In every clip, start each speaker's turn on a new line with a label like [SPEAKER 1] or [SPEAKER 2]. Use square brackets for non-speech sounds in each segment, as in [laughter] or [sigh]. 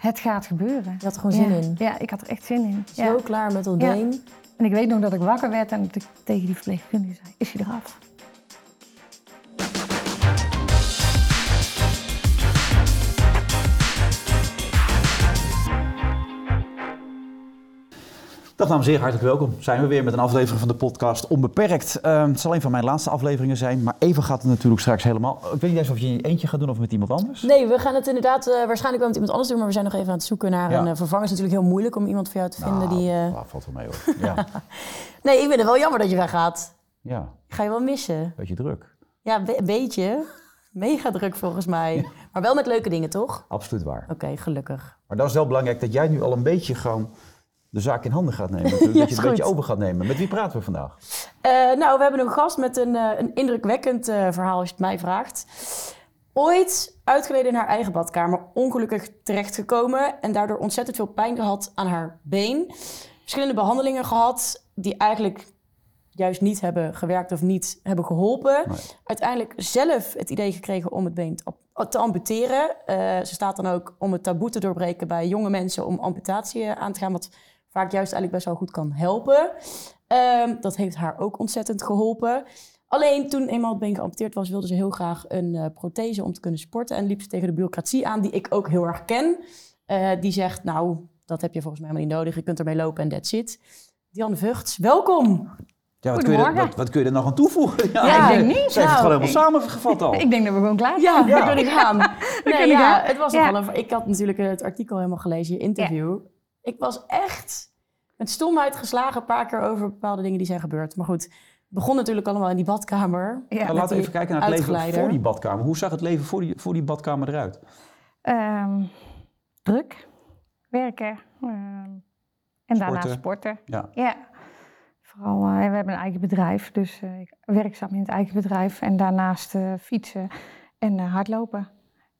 [SPEAKER 1] het gaat gebeuren.
[SPEAKER 2] Je had er gewoon zin
[SPEAKER 1] ja.
[SPEAKER 2] in.
[SPEAKER 1] Ja, ik had er echt zin in. Ja.
[SPEAKER 2] Zo klaar met Aldeen.
[SPEAKER 1] En ik weet nog dat ik wakker werd en dat ik tegen die verpleegkundige zei, is hij eraf?
[SPEAKER 3] Dag dames en heren, hartelijk welkom. Zijn we weer met een aflevering van de podcast Onbeperkt. Eh, het zal een van mijn laatste afleveringen zijn, maar even gaat het natuurlijk straks helemaal. Ik weet niet eens of je in je eentje gaat doen of met iemand anders.
[SPEAKER 2] Nee, we gaan het inderdaad eh, waarschijnlijk wel met iemand anders doen, maar we zijn nog even aan het zoeken naar
[SPEAKER 3] Ja.
[SPEAKER 2] een eh, vervanger. Het is natuurlijk heel moeilijk om iemand voor jou te vinden die... eh,
[SPEAKER 3] ah, valt wel mee hoor. Ja,
[SPEAKER 2] Nee, ik vind het wel jammer dat je weggaat.
[SPEAKER 3] ja,
[SPEAKER 2] Ik ga je wel missen.
[SPEAKER 3] beetje druk.
[SPEAKER 2] Ja, be- een beetje. Mega druk volgens mij. Maar wel met leuke dingen, toch? Oké,
[SPEAKER 3] Absoluut waar.
[SPEAKER 2] gelukkig.
[SPEAKER 3] Maar dat is wel belangrijk dat jij nu al een beetje gewoon de zaak in handen
[SPEAKER 2] [laughs]
[SPEAKER 3] gaat nemen. natuurlijk, dat je
[SPEAKER 2] is
[SPEAKER 3] het een beetje
[SPEAKER 2] goed.
[SPEAKER 3] over gaat nemen. Met wie praten we vandaag?
[SPEAKER 2] Eh, nou, we hebben een gast met een, eh, een indrukwekkend eh, verhaal, als je het mij vraagt. Ooit uitgeleden in haar eigen badkamer, ongelukkig terechtgekomen en daardoor ontzettend veel pijn gehad aan haar been. Verschillende behandelingen gehad die eigenlijk juist niet hebben gewerkt of niet hebben geholpen.
[SPEAKER 3] Nee.
[SPEAKER 2] Uiteindelijk zelf het idee gekregen om het been te, am- te amputeren. Eh, ze staat dan ook om het taboe te doorbreken bij jonge mensen om amputatie eh, aan te gaan, wat vaak juist eigenlijk best wel goed kan helpen. Ehm, dat heeft haar ook ontzettend geholpen. Alleen toen eenmaal het been geamputeerd was, wilde ze heel graag een eh, prothese om te kunnen sporten. En liep ze tegen de bureaucratie aan, die ik ook heel erg ken. Eh, die zegt, nou, dat heb je volgens mij helemaal niet nodig. Je kunt ermee lopen en that's it. Diane Vugts, welkom.
[SPEAKER 3] Ja, wat, kun je er,
[SPEAKER 1] Goedemorgen.
[SPEAKER 3] wat, wat kun je er nog aan toevoegen?
[SPEAKER 1] Ja, ik denk niet.
[SPEAKER 3] Ze heeft het
[SPEAKER 2] Nou,
[SPEAKER 3] gewoon helemaal samengevat al.
[SPEAKER 1] Ik denk dat we gewoon klaar zijn.
[SPEAKER 2] Ja, [laughs] daar kunnen gaan. Nee,
[SPEAKER 1] kunnen
[SPEAKER 2] ja,
[SPEAKER 1] gaan.
[SPEAKER 2] het was
[SPEAKER 1] Ja.
[SPEAKER 2] nogal een... Ik had natuurlijk eh, het artikel helemaal gelezen, je interview. Ik was echt met stomheid geslagen een paar keer over bepaalde dingen die zijn gebeurd. Maar goed, het begon natuurlijk allemaal in die badkamer.
[SPEAKER 1] Ja.
[SPEAKER 3] Nou,
[SPEAKER 2] met
[SPEAKER 3] laten we
[SPEAKER 2] die
[SPEAKER 3] even kijken naar het leven
[SPEAKER 2] uitgeleider.
[SPEAKER 3] voor die badkamer. Hoe zag het leven voor die, voor die badkamer eruit?
[SPEAKER 1] Ehm, druk, werken ehm, en daarna
[SPEAKER 3] Sporten.
[SPEAKER 1] sporten.
[SPEAKER 3] Ja.
[SPEAKER 1] Ja. Vooral, eh, we hebben een eigen bedrijf, dus eh, ik werkzaam in het eigen bedrijf. En daarnaast eh, fietsen en eh, hardlopen.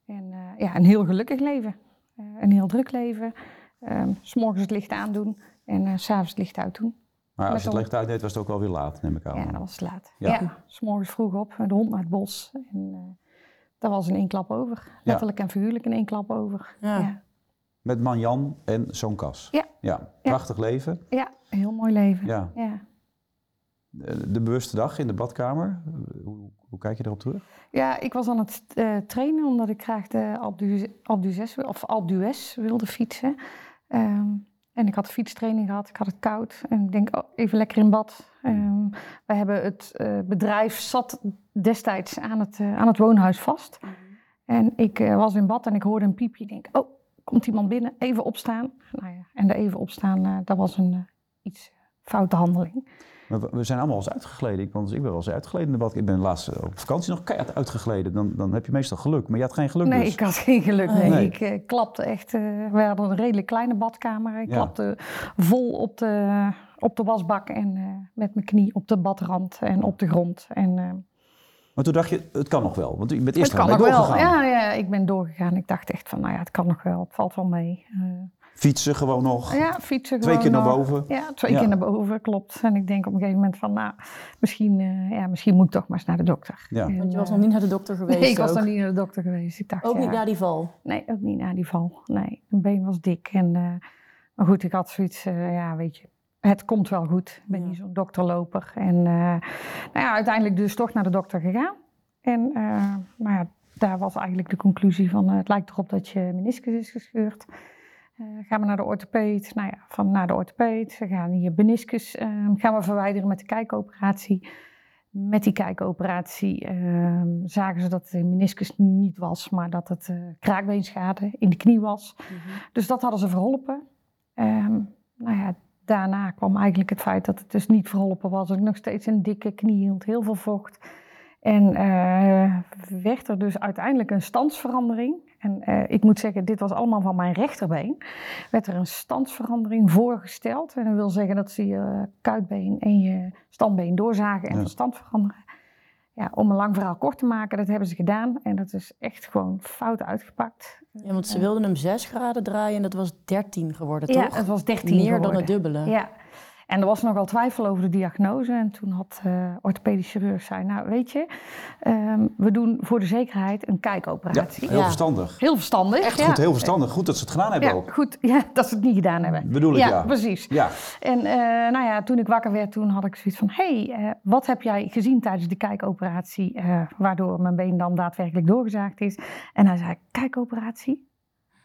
[SPEAKER 1] En eh, ja, een heel gelukkig leven. Eh, een heel druk leven. Ehm, S S'morgens het licht aandoen en eh, s s'avonds het licht uitdoen.
[SPEAKER 3] Maar als
[SPEAKER 1] Met
[SPEAKER 3] je
[SPEAKER 1] de-
[SPEAKER 3] het licht uitdeed, was het ook wel weer laat, neem ik aan.
[SPEAKER 1] Ja, dat was laat.
[SPEAKER 3] Ja.
[SPEAKER 1] Ja. S'morgens vroeg op, de hond naar het bos. En eh dat was in één klap over. Letterlijk en figuurlijk in één klap over.
[SPEAKER 2] Ja.
[SPEAKER 1] ja.
[SPEAKER 3] Met man Jan en zo'n kas.
[SPEAKER 1] Ja.
[SPEAKER 3] Prachtig leven.
[SPEAKER 1] Ja, een heel mooi leven.
[SPEAKER 3] Ja. Eh,
[SPEAKER 1] Ja.
[SPEAKER 3] De de bewuste dag in de badkamer. Eh, Hoe, hoe kijk je erop terug?
[SPEAKER 1] Ja, ik was aan het eh, trainen omdat ik graag de Alpe d'Hu- Alpe d'Huez wil- of Alpe d'Huez wilde fietsen. Ehm, en ik had fietstraining gehad, ik had het koud. En ik denk, oh, even lekker in bad. Ehm we hebben het eh, bedrijf zat destijds aan het, eh, aan het woonhuis vast. En ik eh, was in bad en ik hoorde een piepje. Ik denk, oh, komt iemand binnen? Even opstaan. Nou ja, en de even opstaan, eh, dat was een eh, iets foute handeling.
[SPEAKER 3] Maar we- we zijn allemaal wel eens uitgegleden. Ik, want ik ben wel eens uitgegleden in de badkamer. Ik ben laatst eh, op vakantie nog keihard uitgegleden. Dan, dan heb je meestal geluk. Maar je had geen geluk
[SPEAKER 1] Nee,
[SPEAKER 3] dus.
[SPEAKER 1] ik had geen geluk.
[SPEAKER 2] Nee.
[SPEAKER 1] Nee.
[SPEAKER 3] Nee.
[SPEAKER 1] Ik eh, klapte echt. eh, we hadden een redelijk kleine badkamer. Ik
[SPEAKER 3] Ja.
[SPEAKER 1] klapte vol op de, op de wasbak en eh, met mijn knie op de badrand en op de grond. En, eh,
[SPEAKER 3] Maar toen dacht je, het kan nog wel. Want je bent
[SPEAKER 1] het
[SPEAKER 3] eerst
[SPEAKER 1] kan
[SPEAKER 3] nog
[SPEAKER 1] nog wel.
[SPEAKER 3] doorgegaan.
[SPEAKER 1] Ja, ja, ik ben doorgegaan. Ik dacht echt van, nou ja, het kan nog wel. Het valt wel mee. Eh,
[SPEAKER 3] Fietsen gewoon nog.
[SPEAKER 1] ja, fietsen
[SPEAKER 3] Twee keer
[SPEAKER 1] gewoon
[SPEAKER 3] naar
[SPEAKER 1] nog.
[SPEAKER 3] boven.
[SPEAKER 1] Ja, twee
[SPEAKER 3] Ja.
[SPEAKER 1] keer naar boven, klopt. En ik denk op een gegeven moment van, nou, misschien, eh, ja, misschien moet ik toch maar eens naar de dokter.
[SPEAKER 3] Ja.
[SPEAKER 1] En,
[SPEAKER 2] Want je was
[SPEAKER 1] eh,
[SPEAKER 2] nog niet naar de dokter geweest
[SPEAKER 1] [laughs] Nee, ik was
[SPEAKER 2] ook.
[SPEAKER 1] nog niet naar de dokter geweest. Ik dacht,
[SPEAKER 2] Ook
[SPEAKER 1] ja.
[SPEAKER 2] niet naar die val.
[SPEAKER 1] Nee, ook niet na die val. Nee, mijn been was dik. En, eh, maar goed, ik had zoiets, eh, ja, weet je, het komt wel goed. Ik ben
[SPEAKER 2] Ja.
[SPEAKER 1] niet zo'n dokterloper. En eh, nou ja, uiteindelijk dus toch naar de dokter gegaan. En eh, nou ja, daar was eigenlijk de conclusie van, eh, het lijkt erop dat je meniscus is gescheurd. Eh, gaan we naar de orthopeed? Nou ja, van naar de orthopeed. Ze gaan hier meniscus eh, gaan we verwijderen met de kijkoperatie. Met die kijkoperatie eh, zagen ze dat de meniscus niet was, maar dat het eh, kraakbeenschade in de knie was. Dus dat hadden ze verholpen. Ehm, nou ja, daarna kwam eigenlijk het feit dat het dus niet verholpen was. Dat ik nog steeds een dikke knie hield, heel veel vocht. En eh, werd er dus uiteindelijk een standsverandering. En eh, ik moet zeggen, dit was allemaal van mijn rechterbeen. Werd er een standsverandering voorgesteld. En dat wil zeggen dat ze je eh, kuitbeen en je standbeen doorzagen en
[SPEAKER 3] Ja.
[SPEAKER 1] van stand veranderen. Ja, om een lang verhaal kort te maken, dat hebben ze gedaan. En dat is echt gewoon fout uitgepakt.
[SPEAKER 2] Ja, want ze wilden hem 6 graden draaien en dat was 13 geworden,
[SPEAKER 1] Ja,
[SPEAKER 2] toch?
[SPEAKER 1] het was 13
[SPEAKER 2] Meer dan
[SPEAKER 1] geworden.
[SPEAKER 2] het dubbele.
[SPEAKER 1] Ja. En er was nogal twijfel over de diagnose. En toen had eh orthopedisch chirurg zei, nou weet je, ehm, we doen voor de zekerheid een
[SPEAKER 3] Ja,
[SPEAKER 1] kijkoperatie.
[SPEAKER 3] heel
[SPEAKER 2] Ja.
[SPEAKER 3] verstandig.
[SPEAKER 1] Heel verstandig.
[SPEAKER 3] Echt
[SPEAKER 1] ja.
[SPEAKER 3] goed, heel verstandig. Goed dat ze het gedaan hebben
[SPEAKER 1] Ja,
[SPEAKER 3] ook.
[SPEAKER 1] goed ja, dat ze het niet gedaan hebben.
[SPEAKER 3] Bedoel ik, ja.
[SPEAKER 1] precies.
[SPEAKER 3] Ja, Dus
[SPEAKER 1] En eh, nou ja, toen ik wakker werd, toen had ik zoiets van... hé, hey, eh, wat heb jij gezien tijdens de kijkoperatie... eh, waardoor mijn been dan daadwerkelijk doorgezaagd is? En hij zei, kijkoperatie?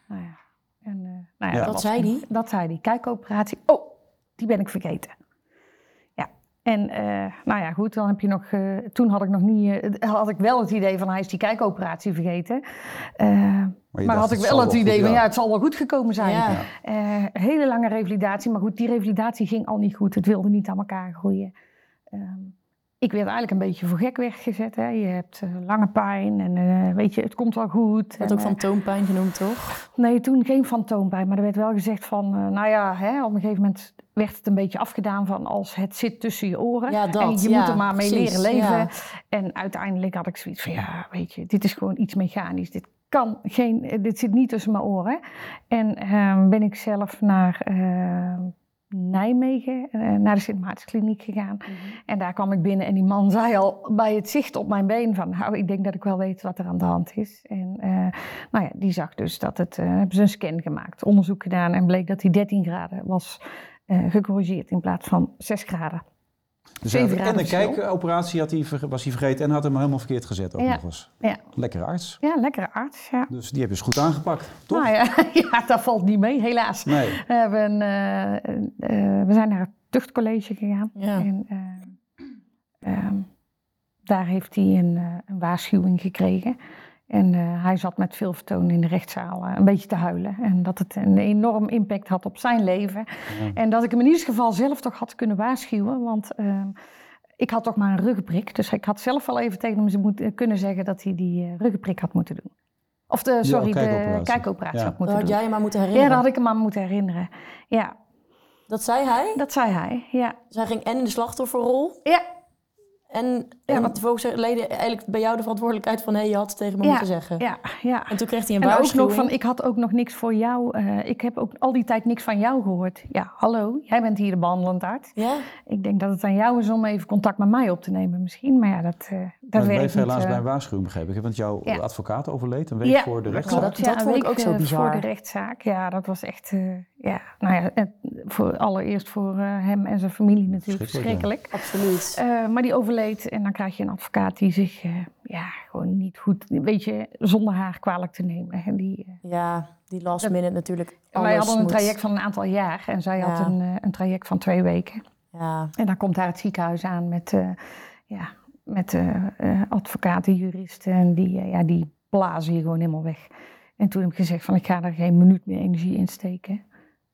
[SPEAKER 1] Nou ja, en, eh, nou ja, dat
[SPEAKER 3] Ja.
[SPEAKER 2] Dat
[SPEAKER 1] was-
[SPEAKER 2] zei die?
[SPEAKER 1] Dat zei hij, kijkoperatie. Oh, die ben ik vergeten. Ja, en eh, nou ja, goed, dan heb je nog... eh, toen had ik nog niet... eh, had ik wel het idee van, hij is die kijkoperatie vergeten. Eh, maar
[SPEAKER 3] dacht,
[SPEAKER 1] had ik
[SPEAKER 3] het
[SPEAKER 1] wel
[SPEAKER 3] zal
[SPEAKER 1] het
[SPEAKER 3] wel
[SPEAKER 1] idee
[SPEAKER 3] goed,
[SPEAKER 1] van,
[SPEAKER 3] ja.
[SPEAKER 1] ja, het zal wel goed gekomen zijn.
[SPEAKER 2] Ja.
[SPEAKER 1] Eh, hele lange revalidatie, maar goed, die revalidatie ging al niet goed. Het wilde niet aan elkaar groeien. Ehm, ik werd eigenlijk een beetje voor gek weggezet. Hè. Je hebt eh, lange pijn en eh, weet je, het komt wel goed.
[SPEAKER 2] Dat
[SPEAKER 1] En,
[SPEAKER 2] ook
[SPEAKER 1] eh,
[SPEAKER 2] fantoompijn genoemd, toch?
[SPEAKER 1] Nee, toen geen fantoompijn, maar er werd wel gezegd van, eh, nou ja, hè, op een gegeven moment werd het een beetje afgedaan van als het zit tussen je oren.
[SPEAKER 2] Ja, dat,
[SPEAKER 1] en je
[SPEAKER 2] ja,
[SPEAKER 1] moet er maar mee
[SPEAKER 2] precies,
[SPEAKER 1] leren leven.
[SPEAKER 2] ja.
[SPEAKER 1] En uiteindelijk had ik zoiets van, ja, weet je, dit is gewoon iets mechanisch. Dit kan geen, eh, dit zit niet tussen mijn oren. En ehm, ben ik zelf naar ehm, Nijmegen, eh, naar de Sint Maartenskliniek gegaan.
[SPEAKER 3] Mhm.
[SPEAKER 1] En daar kwam ik binnen en die man zei al bij het zicht op mijn been van... nou, ik denk dat ik wel weet wat er aan de hand is. En eh, nou ja, die zag dus dat het... eh, hebben ze een scan gemaakt, onderzoek gedaan... en bleek dat die 13 graden was eh, gecorrigeerd in plaats van 6 graden.
[SPEAKER 3] Dus hij
[SPEAKER 1] Zeven
[SPEAKER 3] had- en
[SPEAKER 1] graden
[SPEAKER 3] de
[SPEAKER 1] verschil.
[SPEAKER 3] kijkoperatie had hij, ver- was hij vergeten en had hem helemaal verkeerd gezet ook
[SPEAKER 1] Ja.
[SPEAKER 3] nog eens.
[SPEAKER 1] Ja,
[SPEAKER 3] Lekkere arts.
[SPEAKER 1] ja lekkere arts, ja.
[SPEAKER 3] Dus die heb je eens goed aangepakt, toch?
[SPEAKER 1] Nou ja, [laughs] ja, dat valt niet mee, helaas.
[SPEAKER 3] Nee.
[SPEAKER 1] We, hebben, een, eh, eh, we zijn naar het tuchtcollege gegaan.
[SPEAKER 2] Ja.
[SPEAKER 1] En eh, ehm, daar heeft hij een, eh, een waarschuwing gekregen. En eh, hij zat met veel vertoon in de rechtszaal eh, een beetje te huilen. En dat het een enorm impact had op zijn leven. En dat ik hem in ieder geval zelf toch had kunnen waarschuwen. Want ehm, ik had toch maar een ruggenprik. Dus ik had zelf wel even tegen hem ze moet, kunnen zeggen dat hij die eh, ruggenprik had moeten doen. Of de, sorry, de
[SPEAKER 3] kijkoperatie.
[SPEAKER 1] kijkoperatie
[SPEAKER 3] Ja.
[SPEAKER 1] had
[SPEAKER 2] Dat
[SPEAKER 1] moeten
[SPEAKER 2] Oh, had
[SPEAKER 1] doen.
[SPEAKER 2] jij je maar moeten
[SPEAKER 1] Ja,
[SPEAKER 2] herinneren.
[SPEAKER 1] dat had ik hem aan moeten herinneren. Ja,
[SPEAKER 2] Dat zei hij.
[SPEAKER 1] dat zei hij. Ja,
[SPEAKER 2] Zij ging en in de slachtofferrol.
[SPEAKER 1] ja
[SPEAKER 2] En,
[SPEAKER 1] Ja,
[SPEAKER 2] en
[SPEAKER 1] want-
[SPEAKER 2] vervolgens leden eigenlijk bij jou de verantwoordelijkheid van... hé, je had het tegen me
[SPEAKER 1] Ja,
[SPEAKER 2] moeten zeggen.
[SPEAKER 1] ja, ja.
[SPEAKER 2] En toen kreeg hij een
[SPEAKER 1] En ook
[SPEAKER 2] waarschuwing.
[SPEAKER 1] nog van, ik had ook nog niks voor jou. eh, ik heb ook al die tijd niks van jou gehoord. Ja, hallo, jij bent hier de behandelend arts.
[SPEAKER 2] Ja?
[SPEAKER 1] Ik denk dat het aan jou is om even contact met mij op te nemen misschien. Maar ja, dat, eh dat
[SPEAKER 3] Maar het
[SPEAKER 1] werkt
[SPEAKER 3] bleef
[SPEAKER 1] niet.
[SPEAKER 3] helaas
[SPEAKER 1] eh.
[SPEAKER 3] bij een waarschuwing begrepen. Ik heb, want jouw
[SPEAKER 1] Ja.
[SPEAKER 3] advocaat overleed een week
[SPEAKER 1] Ja,
[SPEAKER 3] voor de
[SPEAKER 1] dat
[SPEAKER 3] rechtszaak.
[SPEAKER 1] klopt,
[SPEAKER 2] Dat-
[SPEAKER 1] ja,
[SPEAKER 2] dat vond ik
[SPEAKER 1] een
[SPEAKER 2] ook zo
[SPEAKER 1] week, eh,
[SPEAKER 2] bizar.
[SPEAKER 1] Voor de rechtszaak, ja, dat was echt, eh, ja, nou ja, eh, voor, allereerst voor eh, hem en zijn familie natuurlijk
[SPEAKER 3] Verschrikkelijk,
[SPEAKER 1] verschrikkelijk.
[SPEAKER 2] Absoluut.
[SPEAKER 1] Eh, maar die overleed en dan krijg je een advocaat die zich eh, ja, gewoon niet goed, weet je, zonder haar kwalijk te nemen. En die, eh,
[SPEAKER 2] Ja, die last
[SPEAKER 1] Dat-
[SPEAKER 2] minute natuurlijk.
[SPEAKER 1] en wij
[SPEAKER 2] alles
[SPEAKER 1] hadden een
[SPEAKER 2] moet-
[SPEAKER 1] traject van een aantal jaar en zij had
[SPEAKER 2] Ja.
[SPEAKER 1] een, eh, een traject van twee weken.
[SPEAKER 2] Ja,
[SPEAKER 1] En dan komt daar het ziekenhuis aan met, eh, ja, met eh, eh, advocaten, juristen en die, eh, ja, die blazen je gewoon helemaal weg. En toen heb ik gezegd van ik ga er geen minuut meer energie in steken.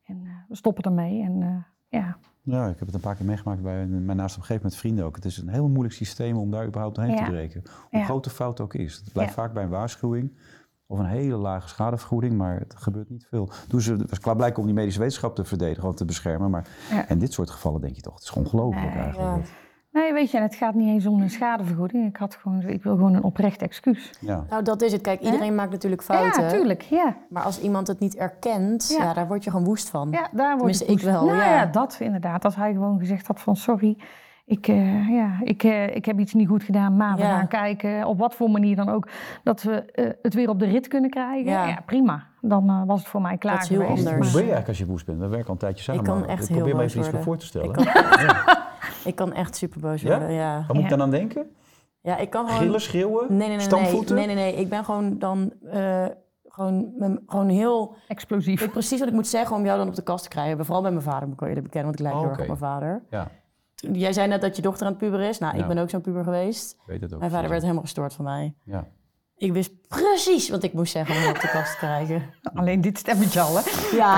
[SPEAKER 1] En eh, we stoppen ermee en eh, ja.
[SPEAKER 3] Ja, ik heb het een paar keer meegemaakt bij mijn naast op een gegeven moment vrienden ook. Het is een heel moeilijk systeem om daar überhaupt doorheen
[SPEAKER 1] Ja.
[SPEAKER 3] te breken. Hoe
[SPEAKER 1] Ja.
[SPEAKER 3] groot de fout ook is. Het blijft
[SPEAKER 1] Ja.
[SPEAKER 3] vaak bij een waarschuwing of een hele lage schadevergoeding, maar het gebeurt niet veel. Doen ze het was klaarblijkelijk om die medische wetenschap te verdedigen of te beschermen, maar
[SPEAKER 1] Ja.
[SPEAKER 3] in dit soort gevallen denk je toch, het is ongelooflijk
[SPEAKER 1] Nee,
[SPEAKER 2] ja.
[SPEAKER 3] eigenlijk.
[SPEAKER 1] Nee, weet je, en het gaat niet eens om een schadevergoeding. Ik, had gewoon, ik wil gewoon een oprecht excuus.
[SPEAKER 3] Ja.
[SPEAKER 2] nou dat is het. Kijk, iedereen maakt natuurlijk fouten.
[SPEAKER 1] Ja, tuurlijk. Ja,
[SPEAKER 2] Maar als iemand het niet erkent,
[SPEAKER 1] Ja.
[SPEAKER 2] ja. daar word je gewoon woest van.
[SPEAKER 1] ja daar word
[SPEAKER 2] Tenminste, ik
[SPEAKER 1] woest.
[SPEAKER 2] wel,
[SPEAKER 1] Nou ja.
[SPEAKER 2] ja.
[SPEAKER 1] dat inderdaad. Als hij gewoon gezegd had van sorry, ik, eh, ja, ik, eh, ik heb iets niet goed gedaan, maar we
[SPEAKER 2] Ja.
[SPEAKER 1] gaan kijken. Op wat voor manier dan ook. Dat we eh, het weer op de rit kunnen krijgen. Ja,
[SPEAKER 2] Ja.
[SPEAKER 1] prima. Dan eh, was het voor mij klaar
[SPEAKER 2] Dat is heel
[SPEAKER 1] geweest.
[SPEAKER 2] anders.
[SPEAKER 3] Hoe ben je eigenlijk als je woest bent? We werken al een tijdje samen.
[SPEAKER 2] kan
[SPEAKER 3] maar
[SPEAKER 2] echt
[SPEAKER 3] probeer
[SPEAKER 2] heel
[SPEAKER 3] me
[SPEAKER 2] boos
[SPEAKER 3] even iets bij
[SPEAKER 2] worden.
[SPEAKER 3] voor te stellen.
[SPEAKER 2] Ik
[SPEAKER 3] Ja.
[SPEAKER 2] Ik kan echt super boos
[SPEAKER 3] Ja?
[SPEAKER 2] worden. Ja,
[SPEAKER 3] Waar moet ik
[SPEAKER 1] Ja.
[SPEAKER 3] dan aan denken?
[SPEAKER 2] ja ik kan gewoon.
[SPEAKER 3] Gillen, schreeuwen,
[SPEAKER 2] Nee, nee, nee, nee, nee.
[SPEAKER 3] stampvoeten?
[SPEAKER 2] Nee, nee, nee. Ik ben gewoon dan eh, gewoon, m'n- gewoon heel. Ik
[SPEAKER 1] Explosief.
[SPEAKER 2] weet precies wat ik moet zeggen om jou dan op de kast te krijgen. Vooral bij mijn vader moet ik wel eerlijk bekennen, want ik lijk
[SPEAKER 3] Oh,
[SPEAKER 2] heel erg op
[SPEAKER 3] oké.
[SPEAKER 2] mijn vader.
[SPEAKER 3] Ja,
[SPEAKER 2] Toen- Jij zei net dat je dochter aan het puber is. Nou,
[SPEAKER 3] Ja.
[SPEAKER 2] ik ben ook zo'n puber geweest.
[SPEAKER 3] ik weet dat ook.
[SPEAKER 2] Mijn vader werd helemaal gestoord van mij.
[SPEAKER 3] Ja.
[SPEAKER 2] Ik wist precies wat ik moest zeggen om hem op de kast te krijgen.
[SPEAKER 1] Alleen dit stemmetje al, hè? [laughs]
[SPEAKER 2] Ja,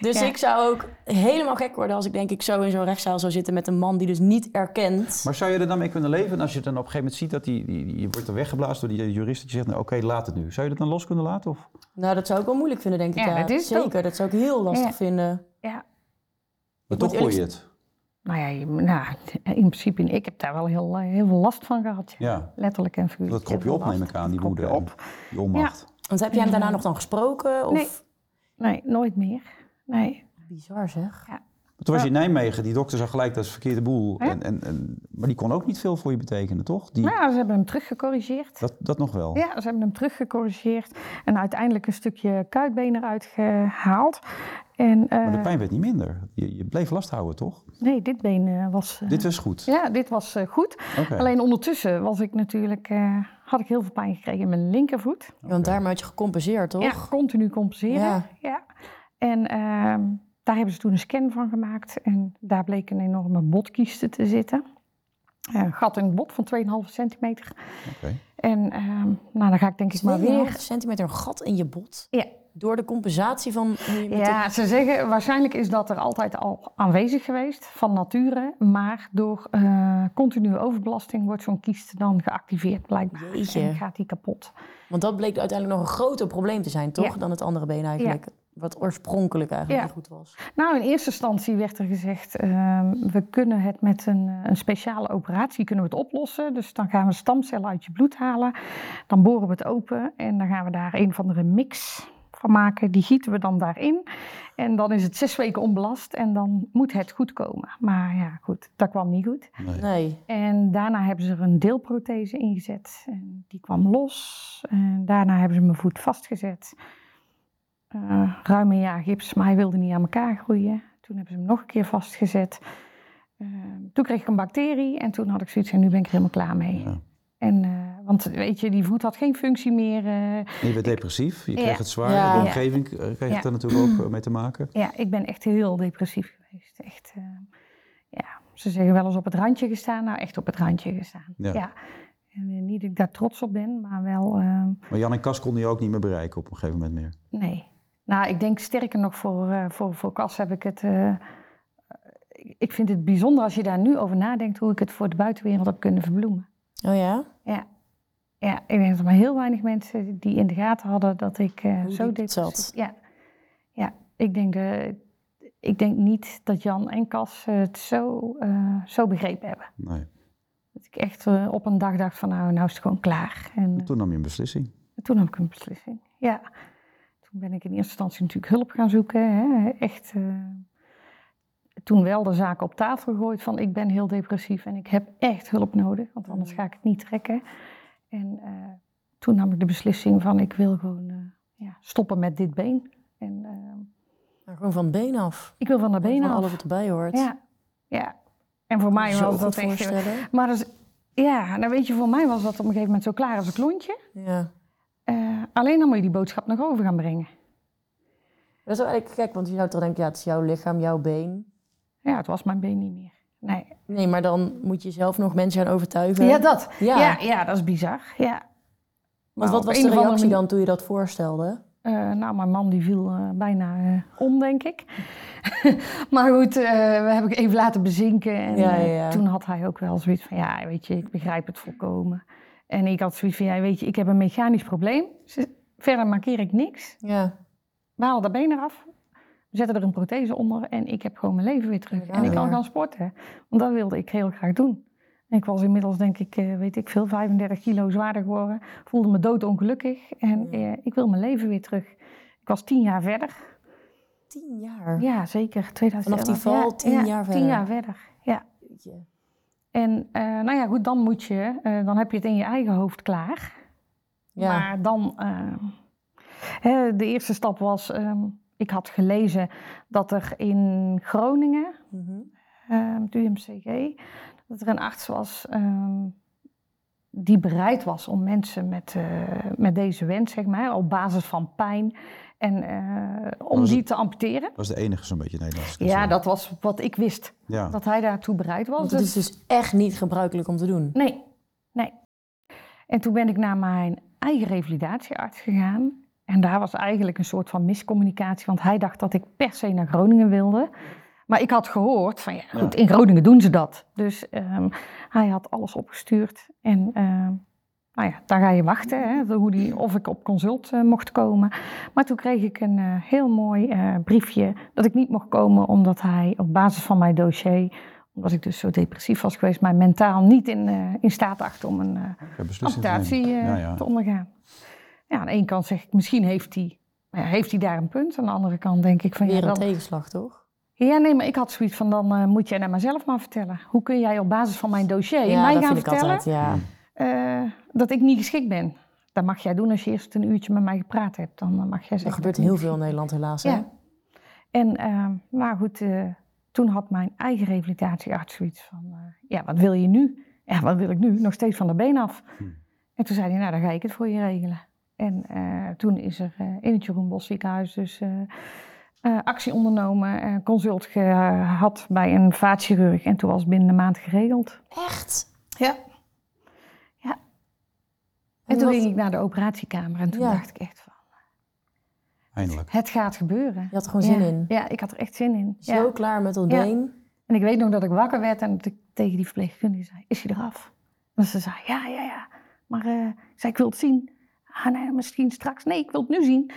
[SPEAKER 2] Dus
[SPEAKER 1] Ja.
[SPEAKER 2] ik zou ook helemaal gek worden als ik denk ik zo in zo'n rechtszaal zou zitten met een man die dus niet erkent.
[SPEAKER 3] Maar zou je er dan mee kunnen leven? En als je dan op een gegeven moment ziet dat die, die, die- je wordt er weggeblazen door die jurist. Dat je zegt, nou, oké, laat het nu. Zou je dat dan los kunnen laten? Of?
[SPEAKER 2] Nou, dat zou ik wel moeilijk vinden, denk ik.
[SPEAKER 1] Ja, dat is het
[SPEAKER 2] Zeker, dat zou ik heel lastig
[SPEAKER 1] Ja.
[SPEAKER 2] vinden.
[SPEAKER 1] Ja.
[SPEAKER 3] Maar
[SPEAKER 2] moet
[SPEAKER 3] toch hoor je
[SPEAKER 2] eerlijk-
[SPEAKER 3] het.
[SPEAKER 1] Nou ja, je- nou, in principe, ik heb daar wel heel, eh, heel veel last van gehad. ja.
[SPEAKER 3] Ja.
[SPEAKER 1] Letterlijk en figuurlijk.
[SPEAKER 3] Dat krop je
[SPEAKER 1] heel
[SPEAKER 3] op,
[SPEAKER 1] veel
[SPEAKER 3] neem
[SPEAKER 1] last.
[SPEAKER 3] ik aan, die
[SPEAKER 1] Dat krop je
[SPEAKER 3] woede
[SPEAKER 1] op.
[SPEAKER 3] en die onmacht.
[SPEAKER 2] Want heb jij hem daarna nog dan gesproken? Of...
[SPEAKER 1] Nee. Nee, nooit meer. Nee.
[SPEAKER 2] Bizar zeg.
[SPEAKER 1] Ja.
[SPEAKER 3] Toen was
[SPEAKER 1] Ja.
[SPEAKER 3] je in Nijmegen, die dokter zag gelijk dat is verkeerde boel.
[SPEAKER 1] Ja.
[SPEAKER 3] En, en, en, maar die kon ook niet veel voor je betekenen, toch? Die,
[SPEAKER 1] Nou, ze hebben hem teruggecorrigeerd.
[SPEAKER 3] dat, dat nog wel.
[SPEAKER 1] Ja, ze hebben hem teruggecorrigeerd en uiteindelijk een stukje kuitbeen eruit gehaald. En, eh,
[SPEAKER 3] Maar de pijn werd niet minder. Je, je bleef last houden, toch?
[SPEAKER 1] Nee, dit been eh, was... eh,
[SPEAKER 3] Dit was goed.
[SPEAKER 1] Ja, dit was eh, goed.
[SPEAKER 3] Oké.
[SPEAKER 1] Alleen ondertussen was ik natuurlijk, eh, had ik heel veel pijn gekregen in mijn linkervoet.
[SPEAKER 2] Want daarmee had je gecompenseerd, toch?
[SPEAKER 1] Ja, continu compenseren.
[SPEAKER 2] Ja.
[SPEAKER 1] Ja. En ehm, daar hebben ze toen een scan van gemaakt. En daar bleek een enorme botkieste te zitten. Eh, Een gat in het bot van 2,5 centimeter.
[SPEAKER 3] Oké.
[SPEAKER 1] En ehm, nou, dan ga ik denk ik maar weer...
[SPEAKER 2] centimeter een gat in je bot.
[SPEAKER 1] Ja,
[SPEAKER 2] Door de compensatie van... hoe je met
[SPEAKER 1] ja, ze zeggen waarschijnlijk is dat er altijd al aanwezig geweest van nature. Maar door eh, continue overbelasting wordt zo'n kiest dan geactiveerd blijkbaar.
[SPEAKER 2] Jeetje.
[SPEAKER 1] En gaat die kapot.
[SPEAKER 2] de- want dat bleek uiteindelijk nog een groter probleem te zijn, toch?
[SPEAKER 1] Ja.
[SPEAKER 2] Dan het andere been eigenlijk. Wat oorspronkelijk eigenlijk
[SPEAKER 1] Ja.
[SPEAKER 2] niet goed was.
[SPEAKER 1] Nou, in eerste instantie werd er gezegd, ehm, we kunnen het met een, eh, een speciale operatie kunnen we het oplossen. Dus dan gaan we stamcellen uit je bloed halen, dan boren we het open en dan gaan we daar een van de mix van maken. Die gieten we dan daarin en dan is het zes weken onbelast en dan moet het goed komen. Maar ja, goed, dat kwam niet goed.
[SPEAKER 3] Nee.
[SPEAKER 2] Nee.
[SPEAKER 1] En daarna hebben ze er een deelprothese ingezet. En die kwam los. En daarna hebben ze mijn voet vastgezet. Eh, ruim een jaar gips, maar hij wilde niet aan elkaar groeien. Toen hebben ze hem nog een keer vastgezet. Eh, toen kreeg ik een bacterie en toen had ik zoiets en nu ben ik er helemaal klaar mee.
[SPEAKER 3] Ja.
[SPEAKER 1] En, eh, want weet je, die voet had geen functie meer. eh,
[SPEAKER 3] En Je werd depressief, je kreeg
[SPEAKER 1] Ja.
[SPEAKER 3] het zwaar,
[SPEAKER 2] Ja.
[SPEAKER 3] de omgeving eh, kreeg
[SPEAKER 1] Ja.
[SPEAKER 3] het er natuurlijk ook eh, mee te maken.
[SPEAKER 1] Ja, ik ben echt heel depressief geweest. Echt, eh, ja, ze zeggen wel eens op het randje gestaan. Nou, echt op het randje gestaan.
[SPEAKER 3] Ja.
[SPEAKER 1] Ja. En eh, niet dat ik daar trots op ben, maar wel, eh,
[SPEAKER 3] Maar Jan en Kas konden je ook niet meer bereiken op een gegeven moment meer.
[SPEAKER 1] nee. Nou, ik denk sterker nog voor, eh, voor, voor Cas heb ik het... eh, ik vind het bijzonder als je daar nu over nadenkt hoe ik het voor de buitenwereld heb kunnen verbloemen.
[SPEAKER 2] Oh ja?
[SPEAKER 1] Ja, ja ik denk dat er maar heel weinig mensen die in de gaten hadden dat ik eh,
[SPEAKER 2] Hoe
[SPEAKER 1] zo
[SPEAKER 2] diep het
[SPEAKER 1] depressief...
[SPEAKER 2] zat.
[SPEAKER 1] Ja, ja ik, denk de, ik denk niet dat Jan en Cas eh, het zo, eh, zo begrepen hebben.
[SPEAKER 3] Nee.
[SPEAKER 1] Dat ik echt eh, op een dag dacht van nou, nou is het gewoon klaar. En eh,
[SPEAKER 3] Toen nam je een beslissing.
[SPEAKER 1] toen nam ik een beslissing, ja. Toen ben ik in eerste instantie natuurlijk hulp gaan zoeken. Hè. Echt... eh, toen wel de zaak op tafel gegooid van ik ben heel depressief en ik heb echt hulp nodig, want
[SPEAKER 2] Mm.
[SPEAKER 1] anders ga ik het niet trekken. En eh, toen nam ik de beslissing van ik wil gewoon eh, ja, stoppen met dit been. En eh,
[SPEAKER 2] Maar gewoon van het been af.
[SPEAKER 1] ik wil van de benen
[SPEAKER 2] van
[SPEAKER 1] af.
[SPEAKER 2] alles wat erbij hoort.
[SPEAKER 1] Ja, ja. En voor mij
[SPEAKER 2] Zo
[SPEAKER 1] was dat
[SPEAKER 2] goed
[SPEAKER 1] echt...
[SPEAKER 2] voorstellen.
[SPEAKER 1] Maar dat is- ja, nou weet je, voor mij was dat op een gegeven moment zo klaar als een klontje.
[SPEAKER 2] Ja.
[SPEAKER 1] Eh, alleen dan moet je die boodschap nog over gaan brengen.
[SPEAKER 2] Dat is wel eigenlijk gek, want je zou toch denken, ja, het is jouw lichaam, jouw been.
[SPEAKER 1] Ja, het was mijn been niet meer. Nee,
[SPEAKER 2] Nee, maar dan moet je zelf nog mensen gaan overtuigen.
[SPEAKER 1] Ja, dat.
[SPEAKER 2] Ja.
[SPEAKER 1] Ja. Ja, dat is bizar. Ja.
[SPEAKER 2] Want
[SPEAKER 1] Nou,
[SPEAKER 2] wat
[SPEAKER 1] op
[SPEAKER 2] was
[SPEAKER 1] een
[SPEAKER 2] de
[SPEAKER 1] of andere
[SPEAKER 2] reactie
[SPEAKER 1] manier-
[SPEAKER 2] dan toen je dat voorstelde?
[SPEAKER 1] Eh, nou, mijn man die viel eh, bijna eh, om, denk ik. [laughs] maar goed, eh, we hebben ik even laten bezinken. En
[SPEAKER 2] Ja,
[SPEAKER 1] eh,
[SPEAKER 2] ja, ja.
[SPEAKER 1] toen had hij ook wel zoiets van, ja, weet je, ik begrijp het volkomen. En ik had zoiets van, ja, weet je, ik heb een mechanisch probleem. Ze- Verder markeer ik niks.
[SPEAKER 2] Ja.
[SPEAKER 1] We halen dat been eraf, we zetten er een prothese onder en ik heb gewoon mijn leven weer terug.
[SPEAKER 2] Ja,
[SPEAKER 1] en ik
[SPEAKER 2] ja.
[SPEAKER 1] kan gaan sporten, want dat wilde ik heel graag doen. En ik was inmiddels, denk ik, eh, weet ik veel, 35 kilo zwaarder geworden. Voelde me doodongelukkig en
[SPEAKER 2] Ja.
[SPEAKER 1] eh, ik wil mijn leven weer terug. Ik was tien jaar verder.
[SPEAKER 2] Tien jaar.
[SPEAKER 1] Ja, zeker. 2011.
[SPEAKER 2] Vanaf die val
[SPEAKER 1] Ja,
[SPEAKER 2] tien
[SPEAKER 1] ja,
[SPEAKER 2] jaar verder.
[SPEAKER 1] Tien jaar verder, ja.
[SPEAKER 2] Jeetje.
[SPEAKER 1] En eh, nou ja, goed, dan moet je, eh, dan heb je het in je eigen hoofd klaar.
[SPEAKER 2] Ja.
[SPEAKER 1] Maar dan, eh, hè, de eerste stap was, ehm, ik had gelezen dat er in Groningen,
[SPEAKER 2] Mhm.
[SPEAKER 1] ehm het UMCG, dat er een arts was ehm, die bereid was om mensen met, eh, met deze wens, zeg maar, op basis van pijn, en, eh, om
[SPEAKER 2] Oh,
[SPEAKER 3] Was
[SPEAKER 1] die
[SPEAKER 3] het-
[SPEAKER 1] te amputeren.
[SPEAKER 3] Dat was de enige zo'n beetje Nederlands.
[SPEAKER 1] Ja, dat was wat ik wist,
[SPEAKER 3] Ja.
[SPEAKER 1] dat hij daartoe bereid was.
[SPEAKER 2] Want het
[SPEAKER 1] Dus-
[SPEAKER 2] is dus echt niet gebruikelijk om te doen.
[SPEAKER 1] Nee, nee. En toen ben ik naar mijn eigen revalidatiearts gegaan. En daar was eigenlijk een soort van miscommunicatie, want hij dacht dat ik per se naar Groningen wilde. Maar ik had gehoord van ja, goed, in Groningen doen ze dat. Dus ehm, hij had alles opgestuurd. En ehm, nou ja, daar ga je wachten, hè, hoe die, of ik op consult eh, mocht komen. Maar toen kreeg ik een eh, heel mooi eh, briefje dat ik niet mocht komen, omdat hij op basis van mijn dossier, omdat ik dus zo depressief was geweest, mij mentaal niet in, eh, in staat acht om een eh,
[SPEAKER 3] Geen beslissing te
[SPEAKER 1] amputatie
[SPEAKER 3] nemen.
[SPEAKER 1] eh,
[SPEAKER 3] Ja, ja.
[SPEAKER 1] te ondergaan. Ja, aan de ene nou kant zeg ik, misschien heeft hij, ja, heeft hij daar een punt. Aan de andere kant denk ik van, ja,
[SPEAKER 2] Weer een
[SPEAKER 1] dan,
[SPEAKER 2] tegenslag, toch?
[SPEAKER 1] Ja, nee, maar ik had zoiets van, dan eh, moet je naar mezelf maar vertellen. Hoe kun jij op basis van mijn dossier mij
[SPEAKER 2] dat
[SPEAKER 1] gaan
[SPEAKER 2] vind ik
[SPEAKER 1] vertellen
[SPEAKER 2] altijd. Ja.
[SPEAKER 1] eh, dat ik niet geschikt ben? Dat mag jij doen als je eerst een uurtje met mij gepraat hebt. Dan eh, mag jij zeggen...
[SPEAKER 2] Er gebeurt
[SPEAKER 1] dat ik
[SPEAKER 2] heel
[SPEAKER 1] niet
[SPEAKER 2] veel in Nederland helaas.
[SPEAKER 1] Ja.
[SPEAKER 2] Hè?
[SPEAKER 1] En ehm, nou goed, eh, toen had mijn eigen revalidatiearts zoiets van, eh, ja, wat wil je nu? Ja, wat wil ik nu? Nog steeds van de been af.
[SPEAKER 2] Hm.
[SPEAKER 3] Hmm.
[SPEAKER 1] En toen zei hij, nou, dan ga ik het voor je regelen. En eh, toen is er eh, in het Jeroen Bos ziekenhuis dus eh, eh, actie ondernomen, eh, consult gehad bij een vaatchirurg. En toen was het binnen een maand geregeld.
[SPEAKER 2] Echt?
[SPEAKER 1] Ja. Ja. En,
[SPEAKER 2] En
[SPEAKER 1] toen
[SPEAKER 2] wat-
[SPEAKER 1] ging ik naar de operatiekamer en toen
[SPEAKER 2] Ja.
[SPEAKER 1] dacht ik echt van,
[SPEAKER 3] Eindelijk.
[SPEAKER 1] het gaat gebeuren.
[SPEAKER 2] Je had er gewoon zin
[SPEAKER 1] ja.
[SPEAKER 2] in.
[SPEAKER 1] Ja, ik had er echt zin in.
[SPEAKER 2] Zo
[SPEAKER 1] Ja.
[SPEAKER 2] klaar met dat
[SPEAKER 1] Ja.
[SPEAKER 2] been.
[SPEAKER 1] En ik weet nog dat ik wakker werd en dat ik tegen die verpleegkundige zei: Is hij eraf? En ze zei: Ja, ja, ja. Maar eh, ik zei: Ik wil het zien. Ah, nee, misschien straks. Nee, ik wil het nu zien.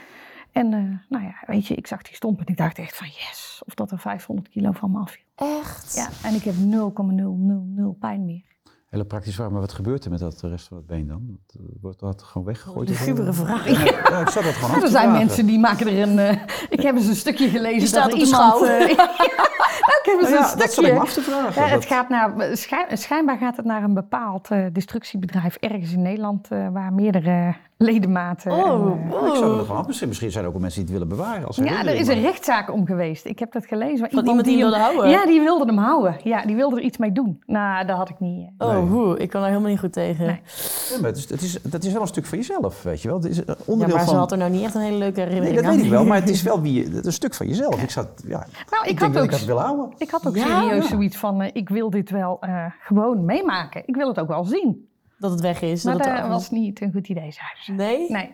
[SPEAKER 1] En eh, nou ja, weet je, ik zag die stomp en ik dacht echt van yes, of dat er 500 kilo van me afviel.
[SPEAKER 2] Echt?
[SPEAKER 1] Ja, en ik heb 0,000 pijn meer.
[SPEAKER 3] Hele praktisch waar, maar wat gebeurt er met dat de rest van het been dan? Dat, eh, Wordt dat gewoon weggegooid? of zo?
[SPEAKER 2] Lugubere vraag.
[SPEAKER 3] Ja, ik zat dat gewoon af te
[SPEAKER 1] [laughs] Er zijn
[SPEAKER 3] vragen.
[SPEAKER 1] mensen die maken er een... eh, ik heb eens een stukje gelezen
[SPEAKER 2] Die staat
[SPEAKER 1] dat
[SPEAKER 2] op de Oh
[SPEAKER 1] iemand...
[SPEAKER 2] schouw.
[SPEAKER 1] eh, [laughs] ik heb eens
[SPEAKER 3] Ja,
[SPEAKER 1] een
[SPEAKER 3] dat zat ik me
[SPEAKER 1] stukje...
[SPEAKER 3] af te vragen.
[SPEAKER 1] Ja, het
[SPEAKER 3] Dat-
[SPEAKER 1] gaat naar, schijn- schijnbaar gaat het naar een bepaald eh, destructiebedrijf ergens in Nederland eh, waar meerdere ledematen.
[SPEAKER 2] Oh,
[SPEAKER 1] en, eh,
[SPEAKER 3] Ik zou
[SPEAKER 2] oh.
[SPEAKER 3] dat gewoon af. Misschien, misschien zijn er ook wel mensen die het willen bewaren. Als
[SPEAKER 1] ja, er
[SPEAKER 3] herinnering,
[SPEAKER 1] is een
[SPEAKER 3] maar-
[SPEAKER 1] rechtszaak om geweest. Ik heb dat gelezen. waar
[SPEAKER 2] Van iemand die
[SPEAKER 1] hem-
[SPEAKER 2] wilde houden.
[SPEAKER 1] Ja, die wilde hem houden. Ja, die wilde er iets mee doen. Nou, dat had ik niet. eh.
[SPEAKER 2] Oh,
[SPEAKER 3] Nee.
[SPEAKER 2] hoe? Ik kan daar helemaal niet goed tegen.
[SPEAKER 1] Nee.
[SPEAKER 3] Ja, maar het is, het is, dat is wel een stuk van jezelf, weet je wel. Het is een
[SPEAKER 2] Ja,
[SPEAKER 3] onderdeel
[SPEAKER 2] maar
[SPEAKER 3] van...
[SPEAKER 2] ze had er nou niet echt een hele leuke
[SPEAKER 3] Nee,
[SPEAKER 2] herinnering
[SPEAKER 3] dat
[SPEAKER 2] aan.
[SPEAKER 3] weet ik wel, maar het is wel wie je, het is een stuk van jezelf. Ik zat, ja, ik,
[SPEAKER 1] Nou, ik, had
[SPEAKER 3] denk dat
[SPEAKER 1] ook,
[SPEAKER 3] ik dat wil houden.
[SPEAKER 1] ik had ook
[SPEAKER 2] Ja?
[SPEAKER 1] serieus
[SPEAKER 3] Ja.
[SPEAKER 1] zoiets van, eh, ik wil dit wel eh, gewoon meemaken. Ik wil het ook wel zien.
[SPEAKER 2] [laughs] Dat het weg is.
[SPEAKER 1] Maar
[SPEAKER 2] dat het
[SPEAKER 1] dat
[SPEAKER 2] af-
[SPEAKER 1] was niet een goed idee, zeiden ze.
[SPEAKER 2] Nee?
[SPEAKER 1] Nee.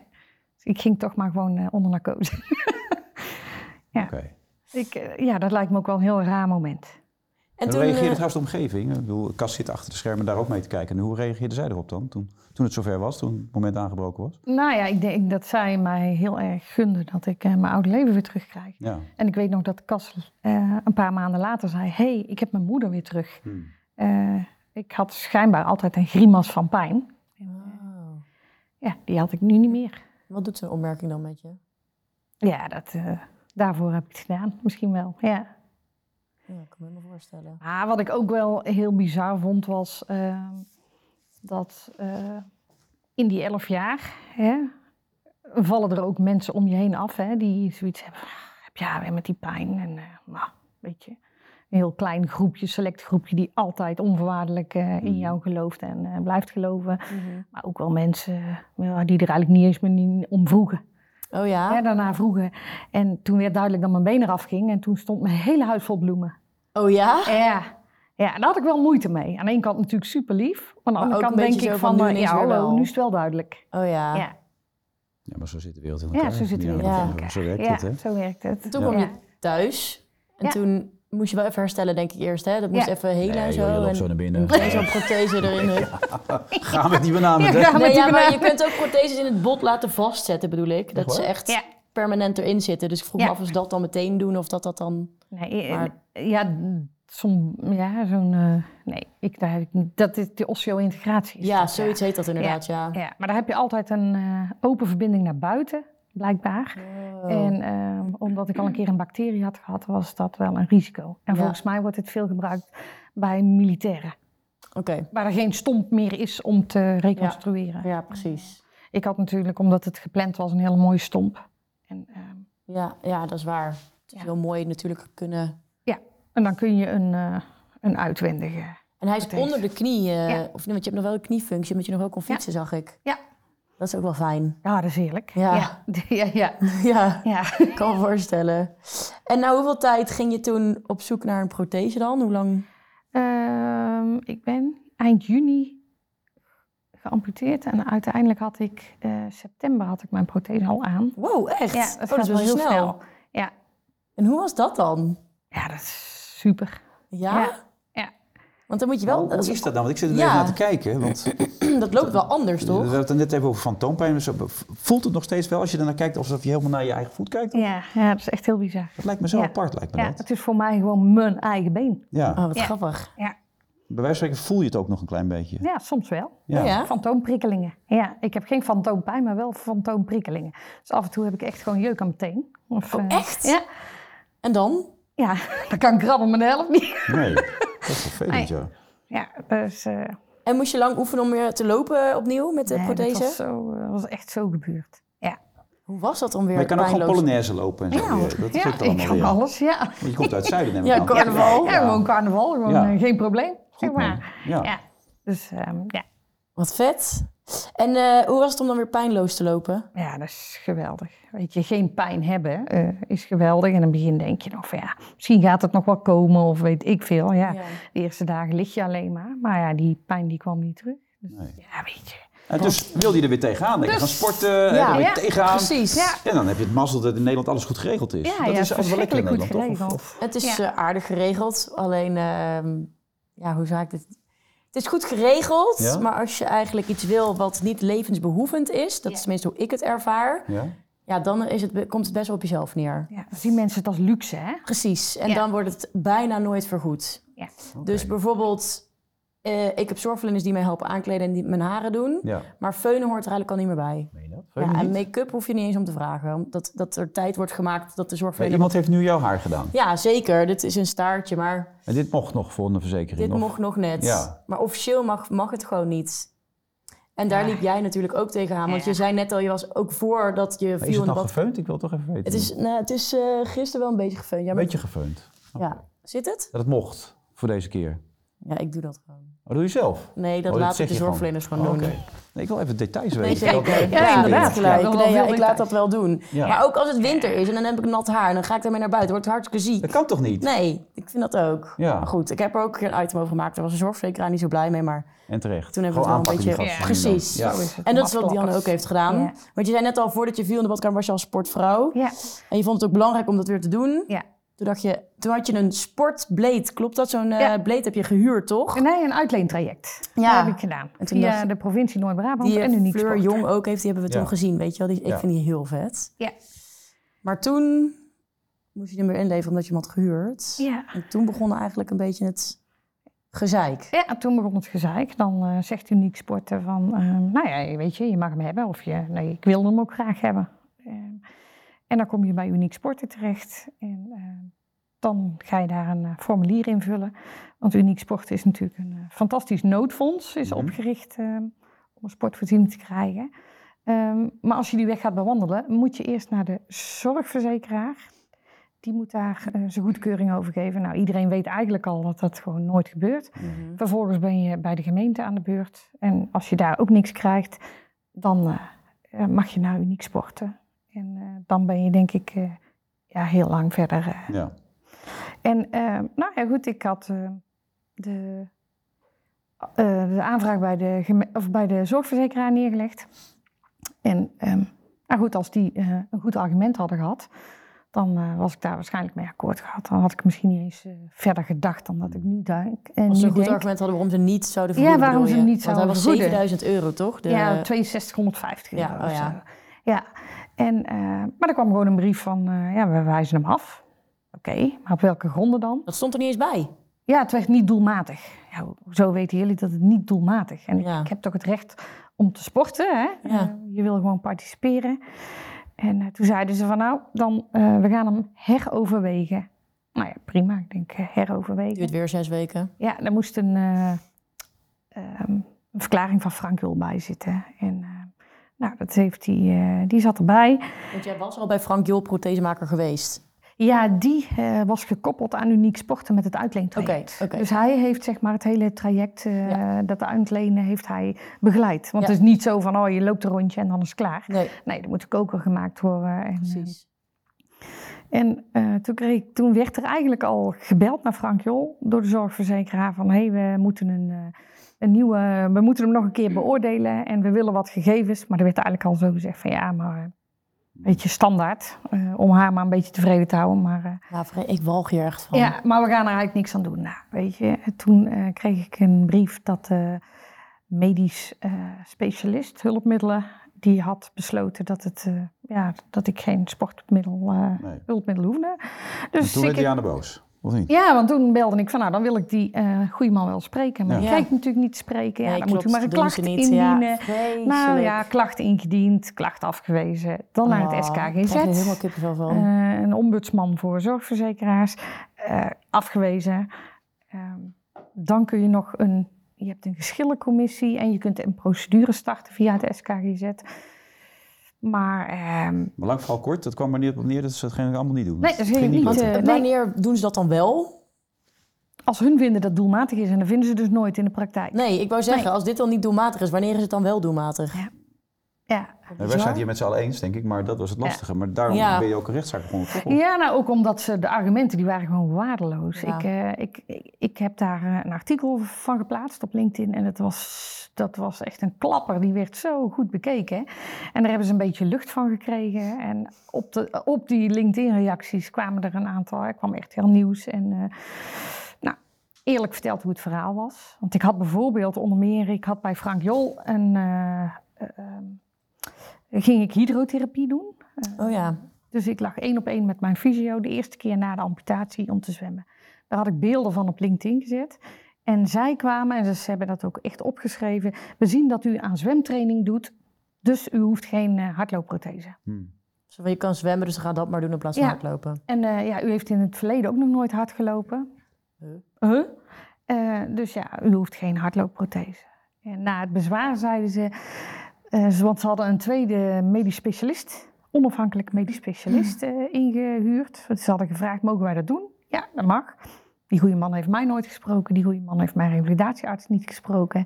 [SPEAKER 1] Dus ik ging toch maar gewoon eh, onder narcose. Ja.
[SPEAKER 3] Oké.
[SPEAKER 1] Ik, eh, ja, dat lijkt me ook wel een heel raar moment.
[SPEAKER 2] En
[SPEAKER 3] En
[SPEAKER 2] toen...
[SPEAKER 3] hoe reageerde
[SPEAKER 2] eh,
[SPEAKER 3] trouwens de omgeving? Ik bedoel, Cas zit achter de schermen daar ook mee te kijken. En hoe reageerde zij erop dan, toen, toen het zover was, toen het moment aangebroken was?
[SPEAKER 1] Nou ja, ik denk dat zij mij heel erg gunde dat ik eh, mijn oude leven weer terugkrijg.
[SPEAKER 3] Ja.
[SPEAKER 1] En ik weet nog dat Kas eh, een paar maanden later zei: Hé, hey, ik heb mijn moeder weer terug.
[SPEAKER 3] Hmm.
[SPEAKER 1] Eh, ik had schijnbaar altijd een grimas van pijn.
[SPEAKER 2] Wauw.
[SPEAKER 1] Ja, die had ik nu niet meer.
[SPEAKER 2] Oh. Wat doet zo'n opmerking dan met je?
[SPEAKER 1] Ja, dat, eh, daarvoor heb ik het gedaan. Misschien wel. Ja.
[SPEAKER 2] Ja, ik kan me helemaal voorstellen.
[SPEAKER 1] Maar Ah, wat ik ook wel heel bizar vond was ehm, dat eh, in die elf jaar hè, vallen er ook mensen om je heen af hè, die zoiets hebben. van, "Ah, Heb jij weer met die pijn? En eh, nou, weet je, een heel klein groepje, select groepje die altijd onvoorwaardelijk eh, in
[SPEAKER 3] Mhm.
[SPEAKER 1] jou gelooft en eh, blijft geloven.
[SPEAKER 2] Mhm.
[SPEAKER 1] Maar ook wel mensen ja, die er eigenlijk niet eens meer niet om vroegen.
[SPEAKER 2] Oh ja?
[SPEAKER 1] Hè, daarna vroegen. En toen werd duidelijk dat mijn been eraf ging en toen stond mijn hele huis vol bloemen.
[SPEAKER 2] Oh ja?
[SPEAKER 1] Ja. ja, daar had ik wel moeite mee. Aan de ene kant natuurlijk super lief. Aan de
[SPEAKER 2] Maar
[SPEAKER 1] andere
[SPEAKER 2] ook
[SPEAKER 1] kant
[SPEAKER 2] een
[SPEAKER 1] denk
[SPEAKER 2] beetje
[SPEAKER 1] ik
[SPEAKER 2] zo van,
[SPEAKER 1] van,
[SPEAKER 2] nu
[SPEAKER 1] eh,
[SPEAKER 2] ineens
[SPEAKER 1] ja
[SPEAKER 2] weer
[SPEAKER 1] hallo,
[SPEAKER 2] wel.
[SPEAKER 1] nu is het wel duidelijk.
[SPEAKER 2] Oh ja.
[SPEAKER 1] Ja,
[SPEAKER 3] ja, maar zo zit de wereld in elkaar.
[SPEAKER 1] ja zo zit het weer.
[SPEAKER 2] ja,
[SPEAKER 1] in elkaar.
[SPEAKER 3] Zo werkt
[SPEAKER 1] ja,
[SPEAKER 3] het, hè?
[SPEAKER 1] zo werkt het.
[SPEAKER 2] Toen
[SPEAKER 1] ja.
[SPEAKER 2] kwam je thuis. En
[SPEAKER 1] Ja.
[SPEAKER 2] toen moest je wel even herstellen, denk ik eerst. Hè? Dat moest
[SPEAKER 1] Ja.
[SPEAKER 2] even helen
[SPEAKER 3] Nee,
[SPEAKER 2] en zo.
[SPEAKER 3] joh, je loopt
[SPEAKER 2] en-
[SPEAKER 3] zo naar
[SPEAKER 2] [laughs]
[SPEAKER 3] binnen.
[SPEAKER 2] En zo'n prothese erin.
[SPEAKER 3] Gaan met die bananen.
[SPEAKER 1] Ja,
[SPEAKER 3] hè?
[SPEAKER 1] maar
[SPEAKER 2] Nee,
[SPEAKER 1] die
[SPEAKER 2] ja, maar
[SPEAKER 1] bananen-
[SPEAKER 2] je kunt ook protheses in het bot laten vastzetten, bedoel ik. Dat ze
[SPEAKER 3] waar?
[SPEAKER 2] echt
[SPEAKER 1] Ja.
[SPEAKER 2] permanent erin zitten. Dus ik vroeg
[SPEAKER 1] Ja.
[SPEAKER 2] me af of ze dat dan meteen doen of dat dat dan...
[SPEAKER 1] Nee, eh,
[SPEAKER 2] Maar-
[SPEAKER 1] ja, som, ja zo'n... eh, nee, ik, daar, heb ik niet- dat is de osseo-integratie. is
[SPEAKER 2] Ja,
[SPEAKER 1] dat,
[SPEAKER 2] zoiets heet dat inderdaad, ja.
[SPEAKER 1] Ja, maar daar heb je altijd een eh, open verbinding naar buiten, blijkbaar.
[SPEAKER 2] Wow.
[SPEAKER 1] En ehm, omdat ik al een keer een bacterie had gehad, was dat wel een risico. En
[SPEAKER 2] Ja.
[SPEAKER 1] volgens mij wordt het veel gebruikt bij militairen.
[SPEAKER 2] Oké,
[SPEAKER 1] waar er geen stomp meer is om te reconstrueren.
[SPEAKER 2] ja, precies.
[SPEAKER 1] Ik had natuurlijk, omdat het gepland was, een hele mooie stomp. En, ehm,
[SPEAKER 2] Ja, ja, dat is waar. Het is
[SPEAKER 1] Ja.
[SPEAKER 2] heel mooi natuurlijk kunnen...
[SPEAKER 1] en dan kun je een, eh, een uitwendige.
[SPEAKER 2] En hij is
[SPEAKER 1] Prothese.
[SPEAKER 2] onder de knie. eh,
[SPEAKER 1] Ja.
[SPEAKER 2] of, nee, want je hebt nog wel een kniefunctie, omdat je nog wel kon fietsen, zag ik.
[SPEAKER 1] Ja.
[SPEAKER 2] Dat is ook wel fijn. [laughs]
[SPEAKER 1] Ja, dat is heerlijk.
[SPEAKER 2] Ja.
[SPEAKER 1] Ja, [laughs] ja, ja.
[SPEAKER 2] ja,
[SPEAKER 1] ja.
[SPEAKER 2] ik kan me voorstellen. En nou, hoeveel tijd ging je toen op zoek naar een prothese dan? Hoe lang?
[SPEAKER 1] Ehm, ik ben eind juni geamputeerd en uiteindelijk had ik eh, september had ik mijn prothese al aan.
[SPEAKER 2] Wow, echt?
[SPEAKER 1] Ja,
[SPEAKER 2] Oh,
[SPEAKER 1] dat gaat
[SPEAKER 2] is
[SPEAKER 1] wel heel snel.
[SPEAKER 2] En hoe was dat dan?
[SPEAKER 1] Ja, dat is super.
[SPEAKER 2] Ja?
[SPEAKER 1] Ja, ja.
[SPEAKER 2] Want dan moet je wel...
[SPEAKER 3] Hoe is dat dan? Want ik zit er
[SPEAKER 2] Ja.
[SPEAKER 3] even naar te kijken. Want eh,
[SPEAKER 2] dat loopt wel anders,
[SPEAKER 3] we
[SPEAKER 2] toch?
[SPEAKER 3] hadden het net even over fantoompijn. Dus voelt het nog steeds wel als je ernaar kijkt alsof je helemaal naar je eigen voet kijkt?
[SPEAKER 1] Ja, ja, dat is echt heel bizar.
[SPEAKER 3] Dat lijkt me zo
[SPEAKER 1] Ja.
[SPEAKER 3] apart, lijkt me
[SPEAKER 1] Ja,
[SPEAKER 3] dat.
[SPEAKER 1] het is voor mij gewoon mijn eigen been.
[SPEAKER 3] Ja.
[SPEAKER 2] Oh, wat
[SPEAKER 1] Ja.
[SPEAKER 2] grappig.
[SPEAKER 3] Bij wijze van spreken voel je het ook nog een klein beetje.
[SPEAKER 1] Ja, soms wel.
[SPEAKER 2] Ja.
[SPEAKER 1] Fantoomprikkelingen. Ja, ik heb geen fantoompijn, maar wel fantoomprikkelingen. Dus af en toe heb ik echt gewoon jeuk aan mijn teen. Of,
[SPEAKER 2] Oh,
[SPEAKER 1] eh,
[SPEAKER 2] echt?
[SPEAKER 1] Ja,
[SPEAKER 2] En dan?
[SPEAKER 1] Ja, [laughs] dan kan ik krabben met de helft niet.
[SPEAKER 3] Nee, dat is vervelend, ja.
[SPEAKER 1] Ja, dus... eh,
[SPEAKER 2] En moest je lang oefenen om weer te lopen opnieuw met de
[SPEAKER 1] nee, dat
[SPEAKER 2] prothese?
[SPEAKER 1] was, zo, eh, was echt zo gebeurd. Ja,
[SPEAKER 2] Hoe was dat dan weer?
[SPEAKER 3] Maar je kan ook gewoon
[SPEAKER 2] pijnloos?
[SPEAKER 3] Polonaise lopen en zo.
[SPEAKER 1] ja,
[SPEAKER 3] weer. Dat
[SPEAKER 1] ja,
[SPEAKER 3] zit er
[SPEAKER 1] ik
[SPEAKER 3] allemaal
[SPEAKER 1] kan
[SPEAKER 3] weer. Want
[SPEAKER 1] alles, ja.
[SPEAKER 3] je komt uit het zuiden, neem ik
[SPEAKER 2] Ja,
[SPEAKER 3] aan.
[SPEAKER 2] carnaval.
[SPEAKER 1] Ja, gewoon carnaval, gewoon
[SPEAKER 3] Ja.
[SPEAKER 1] eh, geen probleem. Zeg
[SPEAKER 3] Goed, man.
[SPEAKER 1] maar.
[SPEAKER 3] Ja.
[SPEAKER 1] Ja, dus ehm, ja.
[SPEAKER 2] Wat vet. En eh, hoe was het om dan weer pijnloos te lopen?
[SPEAKER 1] ja, dat is geweldig. Weet je, geen pijn hebben eh, is geweldig. En in het begin denk je nog van ja, misschien gaat het nog wel komen of weet ik veel. Ja,
[SPEAKER 2] Ja.
[SPEAKER 1] de eerste dagen lig je alleen maar. Maar ja, die pijn die kwam niet terug. Dus, Ja, weet je.
[SPEAKER 3] En dus wilde je er weer tegenaan. Lekker gaan sporten, eh,
[SPEAKER 2] Ja,
[SPEAKER 3] er weer
[SPEAKER 1] ja,
[SPEAKER 3] tegenaan.
[SPEAKER 2] Precies.
[SPEAKER 1] Ja.
[SPEAKER 3] En dan heb je het mazzel dat in Nederland alles goed geregeld is.
[SPEAKER 1] Ja,
[SPEAKER 3] Dus dat
[SPEAKER 1] ja,
[SPEAKER 3] is altijd wel lekker in
[SPEAKER 1] verschrikkelijk
[SPEAKER 3] Nederland,
[SPEAKER 1] goed
[SPEAKER 3] toch?
[SPEAKER 1] geregeld.
[SPEAKER 3] Of- of-
[SPEAKER 2] Het is
[SPEAKER 1] Ja.
[SPEAKER 2] eh, aardig geregeld. Alleen, ehm, ja, hoe zou ik dit... Het is goed geregeld,
[SPEAKER 3] Ja.
[SPEAKER 2] maar als je eigenlijk iets wil wat niet levensbehoevend is... dat is tenminste hoe ik het ervaar...
[SPEAKER 3] ja.
[SPEAKER 2] ja, dan is het, be- komt het best wel op jezelf neer.
[SPEAKER 1] Ja, dan zien mensen het als luxe, hè?
[SPEAKER 2] Precies. En
[SPEAKER 1] Ja.
[SPEAKER 2] dan wordt het bijna nooit vergoed.
[SPEAKER 1] Ja.
[SPEAKER 2] Dus bijvoorbeeld, eh, ik heb zorgverleners die mij helpen aankleden en die mijn haren doen.
[SPEAKER 3] Ja.
[SPEAKER 2] Maar feunen hoort er eigenlijk al niet meer bij.
[SPEAKER 3] Meen je dat? Weet je
[SPEAKER 2] Ja, en
[SPEAKER 3] niet?
[SPEAKER 2] make-up hoef je niet eens om te vragen. Omdat dat er tijd wordt gemaakt dat de
[SPEAKER 3] Maar
[SPEAKER 2] zorgverlener...
[SPEAKER 3] Eh, Iemand heeft nu jouw haar gedaan.
[SPEAKER 2] Ja, zeker. Dit is een staartje, maar
[SPEAKER 3] En dit mocht nog voor een verzekering.
[SPEAKER 2] dit
[SPEAKER 3] of-
[SPEAKER 2] mocht nog net.
[SPEAKER 3] Ja.
[SPEAKER 2] Maar officieel mag, mag het gewoon niet. En daar liep jij natuurlijk ook tegenaan. Want
[SPEAKER 1] Ja.
[SPEAKER 2] je zei net al, je was ook voordat je
[SPEAKER 3] Maar
[SPEAKER 2] viel
[SPEAKER 3] Is
[SPEAKER 2] in
[SPEAKER 3] het
[SPEAKER 2] de
[SPEAKER 3] nog
[SPEAKER 2] bad.
[SPEAKER 3] gefeund? Ik wil het toch even weten.
[SPEAKER 2] Het is, nou, het is eh, gisteren wel een beetje gefeund. Ja,
[SPEAKER 3] een
[SPEAKER 2] maar-
[SPEAKER 3] beetje gefeund.
[SPEAKER 2] ja. Zit het?
[SPEAKER 3] Dat het mocht voor deze keer.
[SPEAKER 2] Ja, ik doe dat gewoon.
[SPEAKER 3] Maar doe je zelf.
[SPEAKER 2] Nee, dat
[SPEAKER 3] Oh,
[SPEAKER 2] laat ik
[SPEAKER 3] zeg
[SPEAKER 2] de
[SPEAKER 3] je
[SPEAKER 2] zorgverleners gewoon,
[SPEAKER 3] Oh,
[SPEAKER 2] doen.
[SPEAKER 3] oké. Nee, ik wil even details weten.
[SPEAKER 2] Nee,
[SPEAKER 3] Ik wil
[SPEAKER 2] zeker.
[SPEAKER 3] het wel-
[SPEAKER 1] Ja,
[SPEAKER 2] Ja,
[SPEAKER 1] inderdaad.
[SPEAKER 2] inderdaad.
[SPEAKER 1] Ja,
[SPEAKER 2] Gelijk.
[SPEAKER 1] wel
[SPEAKER 2] Nee, ja,
[SPEAKER 1] veel
[SPEAKER 2] ik
[SPEAKER 1] details.
[SPEAKER 2] laat dat wel doen.
[SPEAKER 3] Ja.
[SPEAKER 2] Maar ook als het winter is en dan heb ik nat haar, dan ga ik daarmee naar buiten. Word ik hartstikke ziek.
[SPEAKER 3] Dat kan toch niet?
[SPEAKER 2] Nee, ik vind dat ook.
[SPEAKER 3] Ja.
[SPEAKER 2] Maar goed, ik heb er ook een item over gemaakt. Daar was een zorgverzekeraar niet zo blij mee, maar
[SPEAKER 3] En terecht.
[SPEAKER 2] toen hebben
[SPEAKER 3] Gewoon
[SPEAKER 2] we het wel een
[SPEAKER 3] aanpakken
[SPEAKER 2] beetje...
[SPEAKER 3] die gasten.
[SPEAKER 2] Precies.
[SPEAKER 3] Ja.
[SPEAKER 1] Zo is het.
[SPEAKER 2] En dat is wat Dianne ook
[SPEAKER 1] Makkelijk.
[SPEAKER 2] heeft gedaan.
[SPEAKER 1] Ja.
[SPEAKER 2] Want je zei net al, voordat je viel in de badkamer was je al sportvrouw.
[SPEAKER 1] Ja,
[SPEAKER 2] En je vond het ook belangrijk om dat weer te doen.
[SPEAKER 1] ja.
[SPEAKER 2] Toen, dacht je, toen had je een sportbleed, klopt dat? Zo'n eh
[SPEAKER 1] Ja.
[SPEAKER 2] bleed heb je gehuurd, toch?
[SPEAKER 1] Nee, een uitleentraject.
[SPEAKER 2] Ja.
[SPEAKER 1] Dat heb ik gedaan.
[SPEAKER 2] En toen
[SPEAKER 1] Via
[SPEAKER 2] dacht je-
[SPEAKER 1] de provincie Noord-Brabant
[SPEAKER 2] Die eh,
[SPEAKER 1] en Uniek
[SPEAKER 2] Fleur
[SPEAKER 1] Sport.
[SPEAKER 2] Jong ook heeft, die hebben we
[SPEAKER 3] Ja.
[SPEAKER 2] toen gezien, weet je wel. Die, ik
[SPEAKER 3] Ja.
[SPEAKER 2] vind die heel vet.
[SPEAKER 1] Ja.
[SPEAKER 2] Maar toen moest je hem weer inleveren omdat je hem had gehuurd.
[SPEAKER 1] Ja.
[SPEAKER 2] En toen begon eigenlijk een beetje het gezeik.
[SPEAKER 1] Ja, toen begon het gezeik. Dan eh, zegt Uniek Sporten van, eh, nou ja, weet je, je mag hem hebben. Of je, nee, ik wilde hem ook graag hebben. Eh, en dan kom je bij Uniek Sporten terecht. En eh, dan ga je daar een eh, formulier invullen. Want Uniek Sporten is natuurlijk een eh, fantastisch noodfonds. Is
[SPEAKER 3] Mhm.
[SPEAKER 1] opgericht eh, om een sportvoorziening te krijgen. Ehm, maar als je die weg gaat bewandelen, moet je eerst naar de zorgverzekeraar. Die moet daar eh, zijn goedkeuring over geven. Nou, iedereen weet eigenlijk al dat dat gewoon nooit gebeurt. Vervolgens ben je bij de gemeente aan de beurt. En als je daar ook niks krijgt, dan eh, eh, mag je naar Uniek sporten. En eh, dan ben je denk ik eh, ja, heel lang verder. eh.
[SPEAKER 3] Ja.
[SPEAKER 2] Dus
[SPEAKER 1] En eh, nou ja, goed, ik had eh, de, eh, de aanvraag bij de, geme- of bij de zorgverzekeraar neergelegd. En ehm, nou goed, als die eh, een goed argument hadden gehad, dan eh, was ik daar waarschijnlijk mee akkoord gehad. Dan had ik misschien niet eens eh, verder gedacht dan dat ik nu denk. En
[SPEAKER 2] Als ze
[SPEAKER 1] nu
[SPEAKER 2] een goed
[SPEAKER 1] denk.
[SPEAKER 2] argument hadden waarom ze niet zouden vergoeden.
[SPEAKER 1] Ja, waarom
[SPEAKER 2] bedoel
[SPEAKER 1] ze
[SPEAKER 2] je?
[SPEAKER 1] niet
[SPEAKER 2] Want
[SPEAKER 1] zouden vergoeden.
[SPEAKER 2] hij was 7000 euro, toch? De-
[SPEAKER 1] Ja, 6250
[SPEAKER 2] Ja,
[SPEAKER 1] euro
[SPEAKER 2] oh
[SPEAKER 1] of
[SPEAKER 2] ja.
[SPEAKER 1] zo. Ja, en, eh, maar er kwam gewoon een brief van, eh, ja, we wijzen hem af. Oké, maar op welke gronden dan?
[SPEAKER 2] Dat stond er niet eens bij.
[SPEAKER 1] Ja, het werd niet doelmatig. Ja, zo weten jullie dat het niet doelmatig is. En ik-
[SPEAKER 2] Ja.
[SPEAKER 1] ik heb toch het recht om te sporten, hè?
[SPEAKER 2] Ja.
[SPEAKER 1] Eh, je wil gewoon participeren. En eh, toen zeiden ze van, nou, dan, eh, we gaan hem heroverwegen. Nou ja, prima, ik denk eh, heroverwegen.
[SPEAKER 2] Duurt weer zes weken.
[SPEAKER 1] Ja, daar moest een, eh, ehm, een verklaring van Frank Jul bij zitten. En eh, nou, dat heeft hij, eh, die zat erbij.
[SPEAKER 2] Want jij was al bij Frank Jol prothesemaker geweest.
[SPEAKER 1] Ja, die eh, was gekoppeld aan Uniek Sporten met het uitleentraject.
[SPEAKER 2] Oké, oké.
[SPEAKER 1] Dus hij heeft zeg maar het hele traject, eh, dat uitlenen, heeft hij begeleid. Want
[SPEAKER 2] Ja.
[SPEAKER 1] het is niet zo van, oh, je loopt een rondje en dan is het klaar.
[SPEAKER 2] Nee,
[SPEAKER 1] Nee, er moet een koker gemaakt worden. En,
[SPEAKER 2] precies.
[SPEAKER 1] En eh, toen, kreeg, ik- toen werd er eigenlijk al gebeld naar Frank Jol door de zorgverzekeraar van hé, hey, we moeten een, eh, een nieuwe, we moeten hem nog een keer beoordelen en we willen wat gegevens. Maar er werd eigenlijk al zo gezegd van ja, maar eh, een beetje standaard eh, om haar maar een beetje tevreden te houden. Maar, eh,
[SPEAKER 2] Ja, vre- ik walg hier echt van.
[SPEAKER 1] ja, maar we gaan er eigenlijk niks aan doen. Nou, weet je, En toen eh, kreeg ik een brief dat de medisch eh, specialist hulpmiddelen die had besloten dat, het, eh, ja, dat ik geen sportmiddel eh,
[SPEAKER 3] Nee.
[SPEAKER 1] hulpmiddel hoefde.
[SPEAKER 3] En
[SPEAKER 1] Dus
[SPEAKER 3] toen
[SPEAKER 1] ik,
[SPEAKER 3] werd Diana boos. Of niet?
[SPEAKER 1] ja, want toen belde ik van, nou, dan wil ik die eh goede man wel spreken. Maar
[SPEAKER 3] Ja.
[SPEAKER 1] die
[SPEAKER 2] Ja.
[SPEAKER 1] krijgt natuurlijk niet te spreken. Ja,
[SPEAKER 2] Nee,
[SPEAKER 1] dan
[SPEAKER 2] klopt,
[SPEAKER 1] moet u maar een
[SPEAKER 2] doen
[SPEAKER 1] klacht
[SPEAKER 2] ze niet.
[SPEAKER 1] indienen.
[SPEAKER 2] Ja, vreselijk.
[SPEAKER 1] nou ja, klacht ingediend, klacht afgewezen. Dan naar
[SPEAKER 2] Oh,
[SPEAKER 1] het
[SPEAKER 2] ik krijg er
[SPEAKER 1] SKGZ.
[SPEAKER 2] helemaal kippenvel van. Eh,
[SPEAKER 1] eh, een ombudsman voor zorgverzekeraars. eh, afgewezen. Ehm, dan kun je nog een, je hebt een geschillencommissie en je kunt een procedure starten via het SKGZ. Maar ehm,
[SPEAKER 3] Maar lang vooral kort, dat kwam maar neer op neer dat ze het eigenlijk allemaal niet doen.
[SPEAKER 1] Nee, dat
[SPEAKER 3] ging
[SPEAKER 1] ging niet,
[SPEAKER 2] Want
[SPEAKER 1] eh,
[SPEAKER 3] lukken.
[SPEAKER 1] nee.
[SPEAKER 2] wanneer doen ze dat dan wel?
[SPEAKER 1] als hun vinden dat doelmatig is, en dat vinden ze dus nooit in de praktijk.
[SPEAKER 2] Nee, ik wou zeggen,
[SPEAKER 1] Nee.
[SPEAKER 2] als dit dan niet doelmatig is, wanneer is het dan wel doelmatig?
[SPEAKER 1] Ja.
[SPEAKER 3] Nou, wij zijn het hier met z'n allen eens, denk ik, maar dat was het lastige. Maar daarom
[SPEAKER 2] Ja.
[SPEAKER 3] ben je ook een rechtszaak begonnen. toch?
[SPEAKER 1] ja, nou ook omdat ze, de argumenten die waren gewoon waardeloos.
[SPEAKER 2] Ja.
[SPEAKER 1] Ik, eh, ik, ik, ik heb daar eh, een artikel van geplaatst op LinkedIn en het was, dat was echt een klapper. Die werd zo goed bekeken. En daar hebben ze een beetje lucht van gekregen. En op, de, op die LinkedIn-reacties kwamen er een aantal. Er kwam echt heel nieuws en... eh, nou, eerlijk verteld hoe het verhaal was. Want ik had bijvoorbeeld onder meer, ik had bij Frank Jol een, eh, eh, ehm, ging ik hydrotherapie doen.
[SPEAKER 2] Oh ja.
[SPEAKER 1] Dus ik lag één op één met mijn fysio de eerste keer na de amputatie om te zwemmen. Daar had ik beelden van op LinkedIn gezet. En zij kwamen, en ze hebben dat ook echt opgeschreven. We zien dat u aan zwemtraining doet, dus u hoeft geen eh, hardloopprothese.
[SPEAKER 3] Hm.
[SPEAKER 2] Zo van, Je kan zwemmen, dus ga dat maar doen in plaats van
[SPEAKER 1] Ja.
[SPEAKER 2] hardlopen. [laughs]
[SPEAKER 1] En eh, ja, u heeft in het verleden ook nog nooit hard gelopen.
[SPEAKER 2] Huh?
[SPEAKER 1] Huh? Eh, dus ja, u hoeft geen hardloopprothese. En na het bezwaar zeiden ze, eh, ze- want ze hadden een tweede medisch specialist, onafhankelijk medisch specialist eh, ingehuurd. Ze hadden gevraagd, mogen wij dat doen? Ja, dat mag. Die goede man heeft mij nooit gesproken, die goede man heeft mijn revalidatiearts niet gesproken.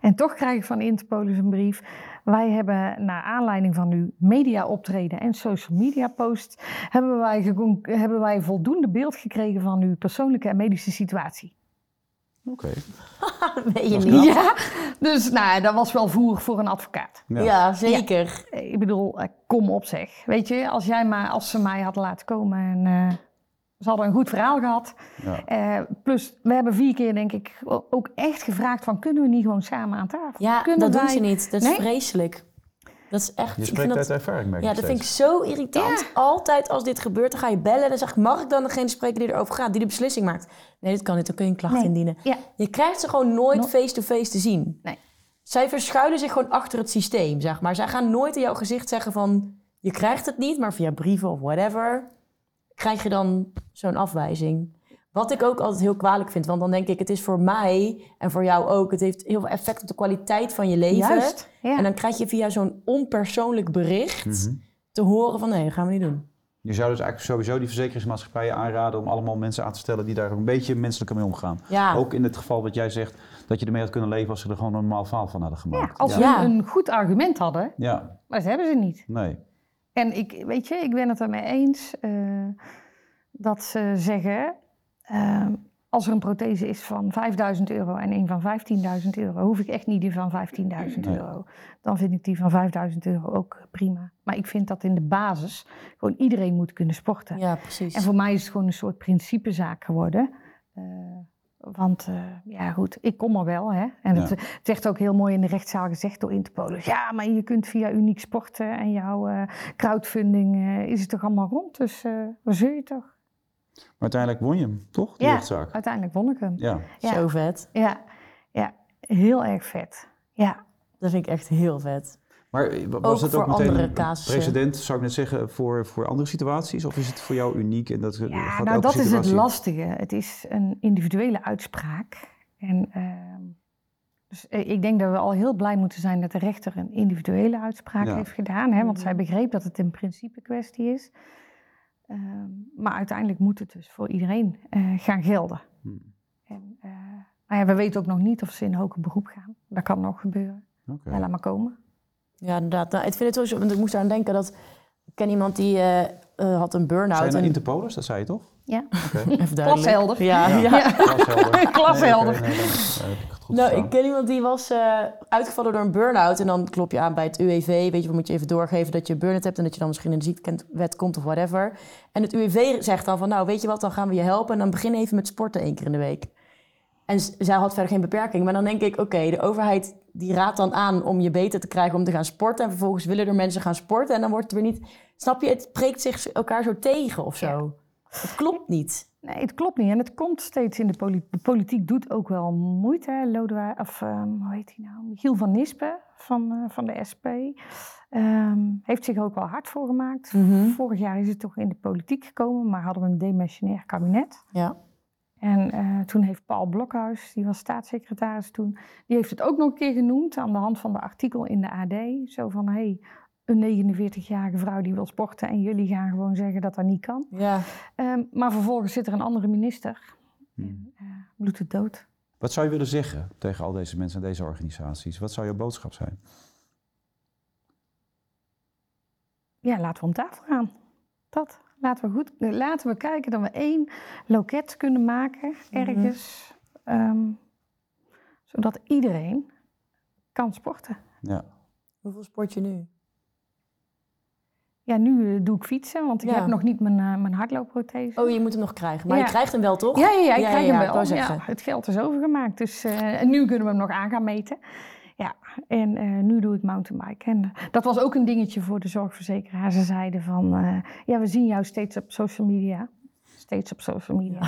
[SPEAKER 1] En toch krijg ik van Interpolis een brief. Wij hebben naar aanleiding van uw media optreden en social media post, hebben wij, gecon- hebben wij voldoende beeld gekregen van uw persoonlijke en medische situatie.
[SPEAKER 3] Oké.
[SPEAKER 2] Weet je
[SPEAKER 3] Dat is
[SPEAKER 2] niet?
[SPEAKER 1] Ja,
[SPEAKER 3] knap.
[SPEAKER 1] dus nou, ja, dat was wel voer voor een advocaat.
[SPEAKER 2] Ja,
[SPEAKER 3] Ja.
[SPEAKER 2] zeker.
[SPEAKER 1] Eh, Ik bedoel, eh, kom op zeg. Weet je, als, jij maar, als ze mij hadden laten komen en eh, ze hadden een goed verhaal gehad.
[SPEAKER 3] Ja.
[SPEAKER 1] Eh, plus, we hebben vier keer denk ik o- ook echt gevraagd van, kunnen we niet gewoon samen aan tafel?
[SPEAKER 2] Ja,
[SPEAKER 1] kunnen
[SPEAKER 2] dat doen
[SPEAKER 1] wij-
[SPEAKER 2] ze niet. Dat is
[SPEAKER 1] Nee?
[SPEAKER 2] vreselijk. Dat is echt...
[SPEAKER 3] Je
[SPEAKER 2] ik
[SPEAKER 3] spreekt
[SPEAKER 2] vind
[SPEAKER 3] uit
[SPEAKER 2] dat,
[SPEAKER 3] ervaring, merk
[SPEAKER 2] ja,
[SPEAKER 3] ik
[SPEAKER 2] dat vind
[SPEAKER 3] steeds.
[SPEAKER 2] ik zo irritant. Altijd als dit gebeurt, dan ga je bellen en dan zeg ik... mag ik dan degene spreken die erover gaat, die de beslissing maakt? Nee, dat kan niet. Dan kun je een klacht
[SPEAKER 1] Nee.
[SPEAKER 2] indienen.
[SPEAKER 1] Ja,
[SPEAKER 2] Je krijgt ze gewoon nooit
[SPEAKER 1] No-
[SPEAKER 2] face-to-face te zien.
[SPEAKER 1] Nee.
[SPEAKER 2] Zij verschuilen zich gewoon achter het systeem, zeg maar. Zij gaan nooit in jouw gezicht zeggen van... je krijgt het niet, maar via brieven of whatever... krijg je dan zo'n afwijzing. Wat ik ook altijd heel kwalijk vind. Want dan denk ik, het is voor mij en voor jou ook... het heeft heel veel effect op de kwaliteit van je leven.
[SPEAKER 1] juist. Ja.
[SPEAKER 2] En dan krijg je via zo'n onpersoonlijk bericht... te horen van nee, dat gaan we niet doen.
[SPEAKER 3] Je zou dus eigenlijk sowieso die verzekeringsmaatschappijen aanraden om allemaal mensen aan te stellen die daar een beetje menselijker mee omgaan.
[SPEAKER 2] Ja,
[SPEAKER 3] Ook in het geval wat jij zegt, dat je ermee had kunnen leven als ze er gewoon een normaal verhaal van hadden
[SPEAKER 1] Ja,
[SPEAKER 3] gemaakt.
[SPEAKER 1] als
[SPEAKER 3] ja.
[SPEAKER 1] we
[SPEAKER 2] Ja.
[SPEAKER 1] een goed argument hadden,
[SPEAKER 3] Ja,
[SPEAKER 1] maar dat hebben ze niet.
[SPEAKER 3] nee.
[SPEAKER 1] En ik, weet je, ik ben het ermee eens eh, dat ze zeggen, eh, als er een prothese is van 5000 euro en een van 15.000 euro, hoef ik echt niet die van 15.000
[SPEAKER 3] Nee.
[SPEAKER 1] euro. Dan vind ik die van 5000 euro ook prima. Maar ik vind dat in de basis gewoon iedereen moet kunnen sporten.
[SPEAKER 2] ja precies.
[SPEAKER 1] En voor mij is het gewoon een soort principezaak geworden. Eh, want eh, ja, goed, ik kom er wel. Hè? En dat
[SPEAKER 3] Ja.
[SPEAKER 1] het werd ook heel mooi in de rechtszaal gezegd door Interpolis. Ja, maar je kunt via Uniek Sporten en jouw eh, crowdfunding eh, is het toch allemaal rond. Dus eh waar zul je toch?
[SPEAKER 3] Maar uiteindelijk won je hem, toch? Die
[SPEAKER 1] Ja.
[SPEAKER 3] rechtszaak.
[SPEAKER 1] Uiteindelijk won ik hem.
[SPEAKER 3] Ja.
[SPEAKER 1] Ja.
[SPEAKER 2] Zo vet.
[SPEAKER 1] Ja, ja, heel erg vet. Ja,
[SPEAKER 2] Dat vind ik echt heel vet.
[SPEAKER 3] Maar eh, wa- was
[SPEAKER 2] Ook
[SPEAKER 3] dat ook
[SPEAKER 2] voor
[SPEAKER 3] meteen
[SPEAKER 2] andere
[SPEAKER 3] een
[SPEAKER 2] casussen.
[SPEAKER 3] precedent, zou ik net zeggen, voor, voor andere situaties? Of is het voor jou uniek? En dat eh,
[SPEAKER 1] ja
[SPEAKER 3] gaat
[SPEAKER 1] nou
[SPEAKER 3] elke
[SPEAKER 1] dat is het
[SPEAKER 3] situatie-
[SPEAKER 1] lastige. Het is een individuele uitspraak. En ehm, dus eh, ik denk dat we al heel blij moeten zijn dat de rechter een individuele uitspraak
[SPEAKER 3] Ja.
[SPEAKER 1] heeft gedaan. Hè, want zij
[SPEAKER 2] Mhm.
[SPEAKER 1] begreep dat het een principe kwestie is. Ehm, maar uiteindelijk moet het dus voor iedereen eh, gaan gelden.
[SPEAKER 3] Hmm,
[SPEAKER 1] En, eh, maar ja, we weten ook nog niet of ze in hoger beroep gaan. Dat kan nog gebeuren.
[SPEAKER 3] oké.
[SPEAKER 1] Ja, laat maar komen.
[SPEAKER 2] Ja, inderdaad. Nou, ik vind het sowieso, want ik moest eraan denken dat... Ik ken iemand die eh, eh, had een
[SPEAKER 3] Zijn
[SPEAKER 2] burn-out.
[SPEAKER 3] er
[SPEAKER 2] en-
[SPEAKER 3] Interpolers? Dat zei je
[SPEAKER 1] [laughs]
[SPEAKER 3] toch?
[SPEAKER 1] Ja.
[SPEAKER 3] Oké.
[SPEAKER 2] [laughs] Even duidelijk.
[SPEAKER 1] Glashelder.
[SPEAKER 2] Ja.
[SPEAKER 3] Ja.
[SPEAKER 2] ja.
[SPEAKER 1] [laughs]
[SPEAKER 3] Glashelder.
[SPEAKER 1] Glashelder.
[SPEAKER 3] Nee, oké, nee, dan, eh, heb ik het goed
[SPEAKER 2] Nou,
[SPEAKER 3] verstaan.
[SPEAKER 2] ik ken iemand die was eh, uitgevallen door een burn-out. En dan klop je aan bij het UWV. Weet je, we moet je even doorgeven dat je een burn-out hebt... en dat je dan misschien in de ziektewet komt of whatever. En het UWV zegt dan van, nou, weet je wat, dan gaan we je helpen... en dan begin even met sporten één keer in de week. En z- zij had verder geen beperking. Maar dan denk ik, oké, de overheid die raadt dan aan om je beter te krijgen... om te gaan sporten. En vervolgens willen er mensen gaan sporten. En dan wordt het weer niet... Snap je, het breekt zich elkaar zo tegen of zo. Het klopt niet.
[SPEAKER 1] Nee, het klopt niet. En het komt steeds in de politiek. De politiek doet ook wel moeite. Hè. Lodewij- of ehm, hoe heet hij nou? Michiel van Nispen van, eh, van de SP. ehm, heeft zich er ook wel hard voor gemaakt.
[SPEAKER 2] Mhm.
[SPEAKER 1] Vorig jaar is het toch in de politiek gekomen, maar hadden we een demissionair kabinet.
[SPEAKER 2] Ja.
[SPEAKER 1] En eh, toen heeft Paul Blokhuis, die was staatssecretaris toen, die heeft het ook nog een keer genoemd aan de hand van de artikel in de AD. Zo van, hé, hey, een 49-jarige vrouw die wil sporten en jullie gaan gewoon zeggen dat dat niet kan.
[SPEAKER 2] Ja.
[SPEAKER 1] Ehm, maar vervolgens zit er een andere minister. En, eh, bloedt het dood.
[SPEAKER 3] Hm. Wat zou je willen zeggen tegen al deze mensen en deze organisaties? Wat zou jouw boodschap zijn?
[SPEAKER 1] Ja, laten we om tafel gaan. Dat. Laten we, goed, eh, laten we kijken dat we één loket kunnen maken ergens. ehm, zodat iedereen kan sporten.
[SPEAKER 3] Ja.
[SPEAKER 2] Hoeveel sport je nu?
[SPEAKER 1] Ja, nu eh, doe ik fietsen, want ik
[SPEAKER 2] Ja.
[SPEAKER 1] heb nog niet mijn, eh, mijn hardloopprothese.
[SPEAKER 2] Oh, je moet hem nog krijgen. Maar
[SPEAKER 1] Ja.
[SPEAKER 2] je krijgt hem wel, toch?
[SPEAKER 1] Ja, ja, ja, ik krijg
[SPEAKER 2] ja,
[SPEAKER 1] hem
[SPEAKER 2] ik
[SPEAKER 1] wel.
[SPEAKER 2] wou zeggen.
[SPEAKER 1] Ja, het geld is overgemaakt, dus eh, en nu kunnen we hem nog aan gaan meten. Ja, en eh, nu doe ik mountainbiken. En eh, dat was ook een dingetje voor de zorgverzekeraar. Ze zeiden van, eh, ja, we zien jou steeds op social media. Steeds op social media.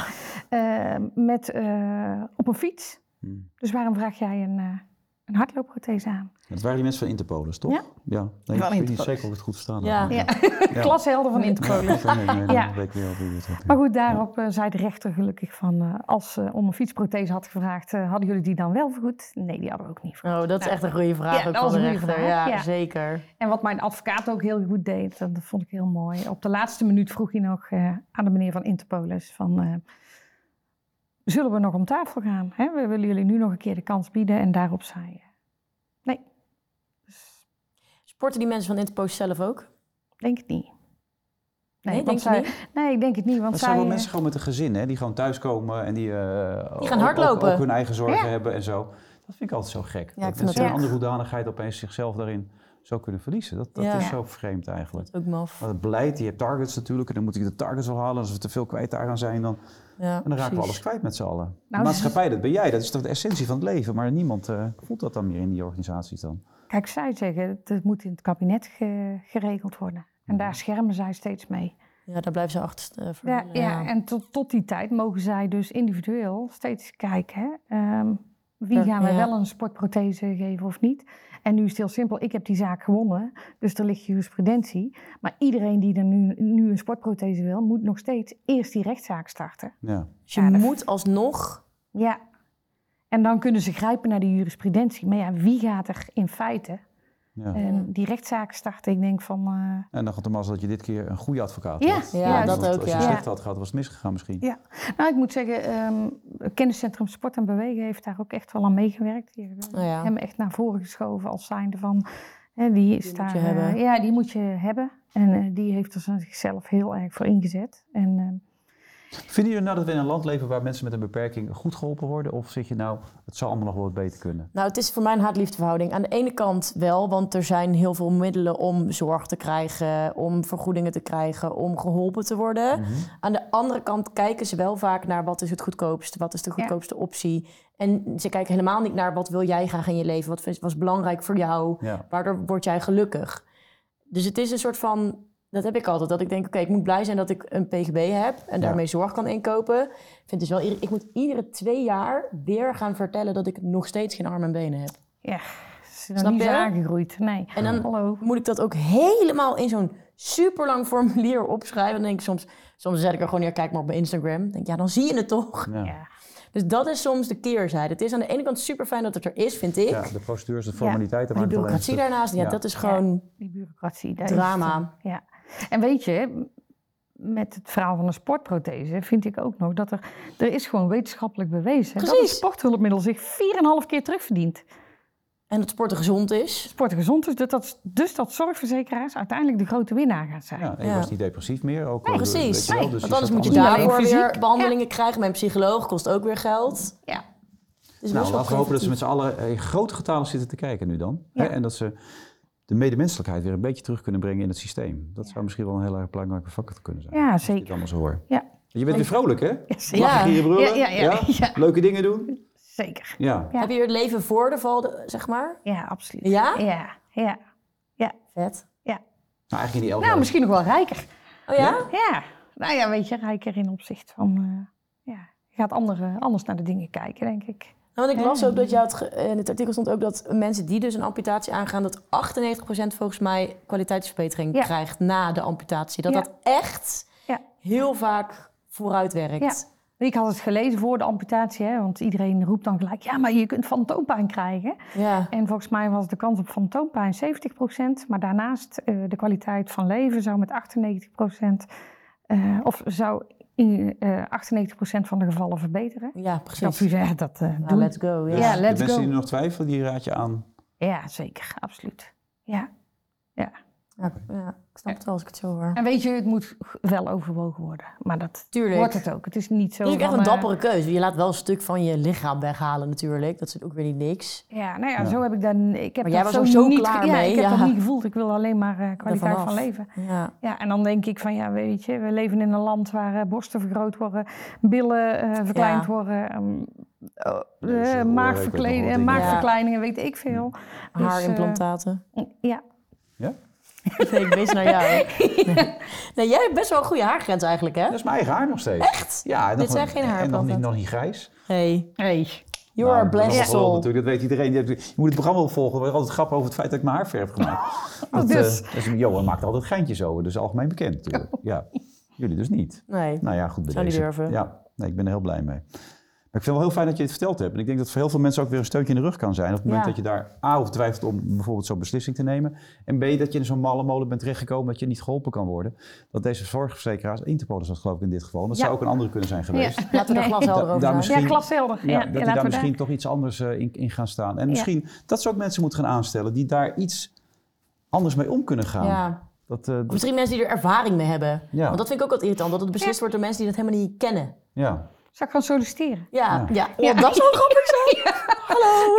[SPEAKER 1] Eh, met, eh, op een fiets.
[SPEAKER 3] Hmm.
[SPEAKER 1] Dus waarom vraag jij een, eh, een hardloopprothese aan?
[SPEAKER 3] Het waren die mensen van Interpolis, toch?
[SPEAKER 1] Ja.
[SPEAKER 3] ja. Nee, ik
[SPEAKER 1] Interpolis.
[SPEAKER 3] weet niet zeker of ik het goed verstaan
[SPEAKER 2] Ja.
[SPEAKER 3] heb.
[SPEAKER 1] Ja.
[SPEAKER 3] Ja.
[SPEAKER 1] Klashelder van Interpol.
[SPEAKER 3] Nee, nee, nee, dan
[SPEAKER 1] Ja.
[SPEAKER 3] weet ik weer over wie het hebt.
[SPEAKER 1] Maar goed, daarop eh, zei de rechter gelukkig van... eh, als ze om een fietsprothese had gevraagd, eh, hadden jullie die dan wel vergoed? Nee, die hadden we ook niet vergoed.
[SPEAKER 2] Oh, dat is
[SPEAKER 1] Nou,
[SPEAKER 2] echt een goede vraag
[SPEAKER 1] ja,
[SPEAKER 2] ook
[SPEAKER 1] dat
[SPEAKER 2] van
[SPEAKER 1] was
[SPEAKER 2] de
[SPEAKER 1] een goede
[SPEAKER 2] rechter. Ja,
[SPEAKER 1] vraag, ja.
[SPEAKER 2] zeker.
[SPEAKER 1] En wat mijn advocaat ook heel goed deed, dat vond ik heel mooi. Op de laatste minuut vroeg hij nog eh, aan de meneer van Interpolis van... eh, zullen we nog om tafel gaan? Hè? We willen jullie nu nog een keer de kans bieden. En daarop zei je, nee, Dus,
[SPEAKER 2] Sporten die mensen van Interpost zelf ook?
[SPEAKER 1] denk het niet.
[SPEAKER 2] Nee,
[SPEAKER 1] want
[SPEAKER 2] denk je
[SPEAKER 1] zij-
[SPEAKER 2] niet?
[SPEAKER 1] Nee, ik denk het niet. Want
[SPEAKER 3] Dat
[SPEAKER 1] zij,
[SPEAKER 3] zijn wel
[SPEAKER 1] eh,
[SPEAKER 3] mensen gewoon met een gezin, hè, die gewoon thuiskomen en die, eh,
[SPEAKER 2] Die gaan
[SPEAKER 3] ook-
[SPEAKER 2] hardlopen.
[SPEAKER 3] Ook, ook hun eigen zorgen
[SPEAKER 1] Ja.
[SPEAKER 3] hebben en zo. Dat vind ik altijd zo gek.
[SPEAKER 2] ik
[SPEAKER 3] dat
[SPEAKER 2] vind
[SPEAKER 3] mensen
[SPEAKER 2] dat
[SPEAKER 3] in een
[SPEAKER 1] ook.
[SPEAKER 3] andere hoedanigheid opeens zichzelf daarin zo kunnen verliezen. Dat, dat
[SPEAKER 2] Ja.
[SPEAKER 3] is
[SPEAKER 1] Ja.
[SPEAKER 3] zo vreemd eigenlijk.
[SPEAKER 2] Ook maf.
[SPEAKER 3] Maar het beleid, je hebt targets natuurlijk en dan moet je de targets wel halen. Als we te veel kwijt daaraan zijn, dan, en
[SPEAKER 2] Ja,
[SPEAKER 3] dan raken we
[SPEAKER 2] precies.
[SPEAKER 3] alles kwijt met z'n allen. de
[SPEAKER 1] Nou,
[SPEAKER 3] maatschappij, dat ben jij. Dat is toch de essentie van het leven. Maar niemand eh, voelt dat dan meer in die organisaties dan.
[SPEAKER 1] Kijk, zij zeggen, het, het moet in het kabinet ge- geregeld worden.
[SPEAKER 3] Mhm.
[SPEAKER 1] En daar schermen zij steeds mee.
[SPEAKER 2] Ja, daar blijven ze achter. eh, voor.
[SPEAKER 1] Ja, ja, en tot, tot die tijd mogen zij dus individueel steeds kijken. hè, ehm, wie
[SPEAKER 2] Ja,
[SPEAKER 1] gaan we
[SPEAKER 2] ja.
[SPEAKER 1] wel een sportprothese geven of niet? En nu is het heel simpel. Ik heb die zaak gewonnen, dus er ligt jurisprudentie. Maar iedereen die er nu, nu een sportprothese wil, moet nog steeds eerst die rechtszaak starten.
[SPEAKER 3] Ja.
[SPEAKER 2] Dus je
[SPEAKER 1] Ja, dat-
[SPEAKER 2] moet alsnog...
[SPEAKER 1] Ja. En dan kunnen ze grijpen naar die jurisprudentie. Maar ja, wie gaat er in feite
[SPEAKER 3] Ja.
[SPEAKER 1] eh, die rechtszaak starten? Ik denk van... eh,
[SPEAKER 3] En dan gaat de mazzel dat je dit keer een goede advocaat
[SPEAKER 1] Ja,
[SPEAKER 3] had.
[SPEAKER 1] ja,
[SPEAKER 3] Want
[SPEAKER 1] dat
[SPEAKER 2] ook,
[SPEAKER 3] Als je
[SPEAKER 2] ja.
[SPEAKER 3] slecht had gehad, was het misgegaan misschien.
[SPEAKER 1] Ja, nou ik moet zeggen, ehm, het kenniscentrum Sport en Bewegen heeft daar ook echt wel aan meegewerkt. Die hebben
[SPEAKER 2] Nou ja.
[SPEAKER 1] hem echt naar voren geschoven als zijnde van, hè, die is
[SPEAKER 2] moet
[SPEAKER 1] daar...
[SPEAKER 2] je
[SPEAKER 1] eh,
[SPEAKER 2] hebben.
[SPEAKER 1] ja, die moet je hebben. En eh, die heeft er zichzelf heel erg voor ingezet. En ehm,
[SPEAKER 3] Vinden jullie nou dat we in een land leven waar mensen met een beperking goed geholpen worden? Of zit je nou, het zou allemaal nog wel wat beter kunnen?
[SPEAKER 2] Nou, het is voor mij een haat-liefdeverhouding. Aan de ene kant wel, want er zijn heel veel middelen om zorg te krijgen, om vergoedingen te krijgen, om geholpen te worden.
[SPEAKER 3] Mhm.
[SPEAKER 2] Aan de andere kant kijken ze wel vaak naar wat is het goedkoopste, wat is de goedkoopste optie. En ze kijken helemaal niet naar wat wil jij graag in je leven, wat vind- was belangrijk voor jou,
[SPEAKER 3] Ja.
[SPEAKER 2] waardoor word jij gelukkig. Dus het is een soort van, dat heb ik altijd, dat ik denk, oké, ik moet blij zijn dat ik een PGB heb en
[SPEAKER 3] Ja.
[SPEAKER 2] daarmee zorg kan inkopen. Ik vind dus wel, ieder- ik moet iedere twee jaar weer gaan vertellen dat ik nog steeds geen armen en benen heb.
[SPEAKER 1] ja, ze is nog
[SPEAKER 2] Snap
[SPEAKER 1] niet zo
[SPEAKER 2] je?
[SPEAKER 1] aangegroeid. Nee,
[SPEAKER 2] En dan-
[SPEAKER 1] hallo.
[SPEAKER 2] Moet ik dat ook helemaal in zo'n superlang formulier opschrijven? Dan denk ik soms, soms zet ik er gewoon neer, kijk maar op mijn Instagram. Dan denk ik, ja, dan zie je het toch.
[SPEAKER 3] Ja.
[SPEAKER 1] Ja.
[SPEAKER 2] Dus dat is soms de keerzijde. Het is aan de ene kant super fijn dat het er is, vind ik.
[SPEAKER 3] Ja, de procedures, de formaliteiten.
[SPEAKER 2] maar die
[SPEAKER 3] maar het
[SPEAKER 2] bureaucratie
[SPEAKER 3] alleen-
[SPEAKER 2] daarnaast, ja,
[SPEAKER 3] Ja.
[SPEAKER 2] dat is gewoon
[SPEAKER 1] die bureaucratie. daar is
[SPEAKER 2] drama.
[SPEAKER 1] Ja, en weet je, met het verhaal van een sportprothese vind ik ook nog dat er, er is gewoon wetenschappelijk bewezen dat een
[SPEAKER 2] Precies.
[SPEAKER 1] sporthulpmiddel zich 4,5 keer terugverdient.
[SPEAKER 2] En dat sporten gezond is.
[SPEAKER 1] Sporten gezond is, dat, dat, dus dat zorgverzekeraars uiteindelijk de grote winnaar gaan zijn.
[SPEAKER 3] Ja, en je
[SPEAKER 2] Ja.
[SPEAKER 3] was niet depressief meer. Ook
[SPEAKER 2] Nee,
[SPEAKER 3] al door- weet
[SPEAKER 2] precies.
[SPEAKER 3] je wel,
[SPEAKER 1] Nee,
[SPEAKER 3] dus
[SPEAKER 2] Want
[SPEAKER 3] je
[SPEAKER 2] anders
[SPEAKER 3] zat
[SPEAKER 2] moet je
[SPEAKER 1] allemaal-
[SPEAKER 3] allemaal-
[SPEAKER 1] Niet
[SPEAKER 2] daarvoor
[SPEAKER 1] alleen
[SPEAKER 2] weer
[SPEAKER 1] fysiek,
[SPEAKER 2] behandelingen krijgen. Mijn psycholoog kost ook weer geld.
[SPEAKER 1] Ja.
[SPEAKER 2] Dus
[SPEAKER 3] Nou, laten we hopen dat ze met z'n allen eh, in grote getalen zitten te kijken nu dan. Hè?
[SPEAKER 1] Ja.
[SPEAKER 3] En dat ze de medemenselijkheid weer een beetje terug kunnen brengen in het systeem. Dat zou misschien wel een heel erg belangrijke factor kunnen zijn.
[SPEAKER 1] Ja,
[SPEAKER 3] Als ik dit
[SPEAKER 1] zeker.
[SPEAKER 3] allemaal zo hoor.
[SPEAKER 1] Ja.
[SPEAKER 3] Je bent weer vrolijk, hè?
[SPEAKER 1] zeker.
[SPEAKER 2] Ja.
[SPEAKER 3] Lachen, gieren, brullen.
[SPEAKER 1] Ja, ja, ja, [laughs] ja.
[SPEAKER 3] Leuke dingen doen.
[SPEAKER 1] Zeker.
[SPEAKER 3] Ja.
[SPEAKER 1] Ja.
[SPEAKER 2] Heb je het leven voor de val, de- zeg maar?
[SPEAKER 1] Ja, absoluut.
[SPEAKER 2] Ja?
[SPEAKER 1] Ja, ja.
[SPEAKER 2] Vet.
[SPEAKER 1] ja.
[SPEAKER 3] Nou, eigenlijk in die elf
[SPEAKER 1] Nou,
[SPEAKER 3] jaar-
[SPEAKER 1] misschien nog wel rijker.
[SPEAKER 2] Oh ja?
[SPEAKER 1] Ja, Nou ja, weet je, rijker in opzicht van... eh, ja, je gaat andere, anders naar de dingen kijken, denk ik.
[SPEAKER 2] Nou, want ik las
[SPEAKER 1] Ja.
[SPEAKER 2] ook dat je had, ge- in het artikel stond ook dat mensen die dus een amputatie aangaan, dat 98% volgens mij kwaliteitsverbetering
[SPEAKER 1] Ja.
[SPEAKER 2] krijgt na de amputatie. Dat
[SPEAKER 1] Ja.
[SPEAKER 2] dat echt
[SPEAKER 1] Ja.
[SPEAKER 2] heel vaak vooruit werkt.
[SPEAKER 1] Ik had het gelezen voor de amputatie, hè, want iedereen roept dan gelijk... ja, maar je kunt fantoompijn krijgen.
[SPEAKER 2] Ja. ja.
[SPEAKER 1] En volgens mij was de kans op fantoompijn 70%. Maar daarnaast eh, de kwaliteit van leven zou met 98%... eh, of zou in, eh 98% van de gevallen verbeteren. Dat,
[SPEAKER 2] precies.
[SPEAKER 1] ja, dat eh
[SPEAKER 2] Nou,
[SPEAKER 1] doen.
[SPEAKER 2] let's go. Ja.
[SPEAKER 1] Ja,
[SPEAKER 3] de
[SPEAKER 1] let's
[SPEAKER 3] mensen
[SPEAKER 1] go.
[SPEAKER 3] die er nog twijfelen, die raad je aan.
[SPEAKER 1] Ja, zeker. Absoluut. Ja.
[SPEAKER 2] Ja, ja, ik snap het wel als ik het zo hoor.
[SPEAKER 1] En weet je, het moet g- wel overwogen worden. Maar dat
[SPEAKER 2] Tuurlijk.
[SPEAKER 1] wordt het ook. Het is niet zo
[SPEAKER 2] Dat is ook echt
[SPEAKER 1] van,
[SPEAKER 2] een
[SPEAKER 1] eh,
[SPEAKER 2] dappere keuze. Je laat wel een stuk van je lichaam weghalen natuurlijk. Dat is ook weer niet niks.
[SPEAKER 1] Ja, nou ja,
[SPEAKER 3] Ja.
[SPEAKER 1] zo heb ik dan... Ik heb
[SPEAKER 2] Maar jij
[SPEAKER 1] dat
[SPEAKER 2] was er zo
[SPEAKER 1] niet,
[SPEAKER 2] klaar
[SPEAKER 1] ge- ja,
[SPEAKER 2] mee,
[SPEAKER 1] ik heb
[SPEAKER 2] ja.
[SPEAKER 1] dat niet gevoeld. Ik wil alleen maar eh, kwaliteit van
[SPEAKER 2] vanaf.
[SPEAKER 1] leven.
[SPEAKER 2] Ja.
[SPEAKER 1] Ja, en dan denk ik van, ja, weet je, we leven in een land waar eh, borsten vergroot worden, billen eh, verkleind
[SPEAKER 2] Ja.
[SPEAKER 1] worden, ehm, eh,
[SPEAKER 3] Neuzen, oren,
[SPEAKER 1] maagverkle-
[SPEAKER 3] ik weet nog wel
[SPEAKER 1] eh,
[SPEAKER 3] dingen.
[SPEAKER 1] maagverkleiningen, weet ik veel.
[SPEAKER 2] eh,
[SPEAKER 1] Dus,
[SPEAKER 2] Haarimplantaten.
[SPEAKER 1] eh, ja,
[SPEAKER 2] [laughs] ik wees naar jou. Nee. [laughs] Nee, jij hebt best wel een goede haargrens eigenlijk, hè?
[SPEAKER 3] Dat is mijn eigen haar nog steeds.
[SPEAKER 2] Echt?
[SPEAKER 3] Ja, en
[SPEAKER 2] Dit
[SPEAKER 3] nog-
[SPEAKER 2] zijn geen
[SPEAKER 3] En nog
[SPEAKER 2] haarplatten.
[SPEAKER 3] niet, nog niet grijs.
[SPEAKER 2] Hey,
[SPEAKER 1] hey.
[SPEAKER 2] you are a
[SPEAKER 3] Nou, dat is
[SPEAKER 2] blessed
[SPEAKER 3] nog wel
[SPEAKER 2] soul.
[SPEAKER 3] Natuurlijk, dat weet iedereen. Je, hebt- je moet het programma wel volgen. We hadden altijd grappen over het feit dat ik mijn haar verf heb gemaakt.
[SPEAKER 2] [laughs]
[SPEAKER 3] dat,
[SPEAKER 1] Dus.
[SPEAKER 3] eh, dus Johan maakt altijd geintjes over. Dus algemeen bekend natuurlijk.
[SPEAKER 2] [laughs]
[SPEAKER 3] Ja. Jullie dus niet.
[SPEAKER 2] Nee.
[SPEAKER 3] Nou ja, goed bij
[SPEAKER 2] Zou niet
[SPEAKER 3] deze.
[SPEAKER 2] durven.
[SPEAKER 3] Ja, nee, ik ben er heel blij mee. Maar ik vind het wel heel fijn dat je het verteld hebt. En ik denk dat het voor heel veel mensen ook weer een steuntje in de rug kan zijn. Op het moment
[SPEAKER 2] Ja.
[SPEAKER 3] dat je daar A over twijfelt om bijvoorbeeld zo'n beslissing te nemen. En B dat je in zo'n malle molen bent terechtgekomen dat je niet geholpen kan worden. Dat deze zorgverzekeraars, Interpol is dat geloof ik in dit geval. Dat
[SPEAKER 2] Ja.
[SPEAKER 3] zou ook een andere kunnen zijn
[SPEAKER 1] [laughs]
[SPEAKER 3] geweest.
[SPEAKER 1] Ja.
[SPEAKER 2] Laten we er
[SPEAKER 1] Nee.
[SPEAKER 2] glas helder
[SPEAKER 3] Da-
[SPEAKER 2] over zijn.
[SPEAKER 3] daar
[SPEAKER 1] Ja,
[SPEAKER 3] Misschien-
[SPEAKER 1] klashelder.
[SPEAKER 3] Ja,
[SPEAKER 1] Ja,
[SPEAKER 3] dat je
[SPEAKER 1] laten
[SPEAKER 3] daar
[SPEAKER 1] we
[SPEAKER 3] misschien toch iets anders eh, in, in gaan staan. En
[SPEAKER 1] Ja.
[SPEAKER 3] misschien dat ze ook mensen moeten gaan aanstellen die daar iets anders mee om kunnen gaan.
[SPEAKER 2] Ja.
[SPEAKER 3] Dat, eh,
[SPEAKER 2] Of
[SPEAKER 3] dat-
[SPEAKER 2] misschien mensen die er ervaring mee hebben.
[SPEAKER 3] Ja.
[SPEAKER 2] Want dat vind ik ook altijd irritant. Dat het beslist wordt door mensen die dat helemaal niet kennen. [laughs]
[SPEAKER 3] ja.
[SPEAKER 1] Zou ik gaan solliciteren?
[SPEAKER 2] Ja, ja.
[SPEAKER 1] Ja. [laughs]
[SPEAKER 2] Oh, dat zou grappig [laughs] zijn. Hallo,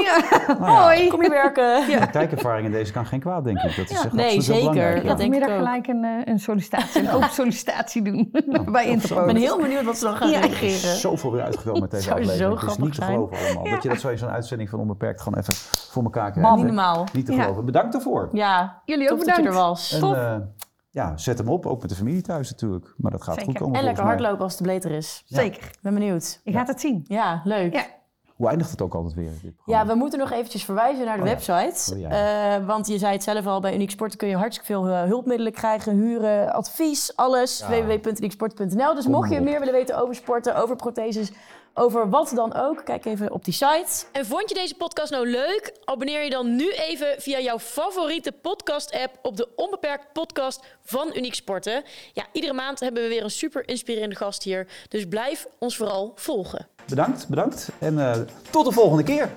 [SPEAKER 3] Nou ja,
[SPEAKER 1] Hoi!
[SPEAKER 2] kom je werken?
[SPEAKER 3] de Praktijkervaring in deze kan geen kwaad, denk ik. Dat is echt
[SPEAKER 2] Nee,
[SPEAKER 3] absoluut heel
[SPEAKER 2] zeker.
[SPEAKER 3] belangrijk, ja.
[SPEAKER 2] Dat denk ik
[SPEAKER 1] Vanmiddag
[SPEAKER 2] ook.
[SPEAKER 1] gelijk een, eh, een sollicitatie, een open sollicitatie doen [laughs] bij Interpol.
[SPEAKER 2] Ik ben heel benieuwd wat ze dan gaan
[SPEAKER 1] Ja.
[SPEAKER 3] Er
[SPEAKER 2] reageren.
[SPEAKER 3] is zoveel weer
[SPEAKER 2] [laughs]
[SPEAKER 3] uitgekomen met deze
[SPEAKER 2] Zou zo
[SPEAKER 3] aflevering. Het is
[SPEAKER 2] grappig
[SPEAKER 3] niet te
[SPEAKER 2] zijn.
[SPEAKER 3] geloven allemaal. Dat je dat zo in zo'n uitzending van Onbeperkt gewoon even voor elkaar krijgt.
[SPEAKER 2] Niet
[SPEAKER 3] hè?
[SPEAKER 2] normaal.
[SPEAKER 3] Niet te
[SPEAKER 1] Ja.
[SPEAKER 3] geloven. Bedankt daarvoor.
[SPEAKER 2] Ja,
[SPEAKER 1] Jullie ook
[SPEAKER 2] tof dat je er
[SPEAKER 1] bedankt.
[SPEAKER 2] was.
[SPEAKER 3] En,
[SPEAKER 1] Tof.
[SPEAKER 3] eh, ja, zet hem op. Ook met de familie thuis natuurlijk. Maar dat gaat
[SPEAKER 1] Zeker.
[SPEAKER 3] goed komen
[SPEAKER 2] En lekker
[SPEAKER 3] volgens mij.
[SPEAKER 2] hardlopen als het bleter is.
[SPEAKER 1] Zeker.
[SPEAKER 2] Ik ben benieuwd.
[SPEAKER 1] Je gaat het zien.
[SPEAKER 2] Ja, leuk.
[SPEAKER 1] Ja.
[SPEAKER 3] Hoe eindigt het ook altijd weer? Dit programma?
[SPEAKER 2] Ja, we moeten nog eventjes verwijzen naar de
[SPEAKER 3] Oh ja.
[SPEAKER 2] website.
[SPEAKER 3] Oh ja.
[SPEAKER 2] Eh, want je zei het zelf al, bij Unique Sporten kun je hartstikke veel eh, hulpmiddelen krijgen, huren, advies, alles.
[SPEAKER 3] Ja.
[SPEAKER 2] www.unieksport.nl. Dus
[SPEAKER 3] Kom
[SPEAKER 2] mocht je
[SPEAKER 3] op.
[SPEAKER 2] meer willen weten over sporten, over protheses, over wat dan ook, kijk even op die site.
[SPEAKER 4] En vond je deze podcast nou leuk? Abonneer je dan nu even via jouw favoriete podcast-app op de Onbeperkt Podcast van Uniek Sporten. Ja, iedere maand hebben we weer een super inspirerende gast hier. Dus blijf ons vooral volgen.
[SPEAKER 3] Bedankt, bedankt. En eh, tot de volgende keer.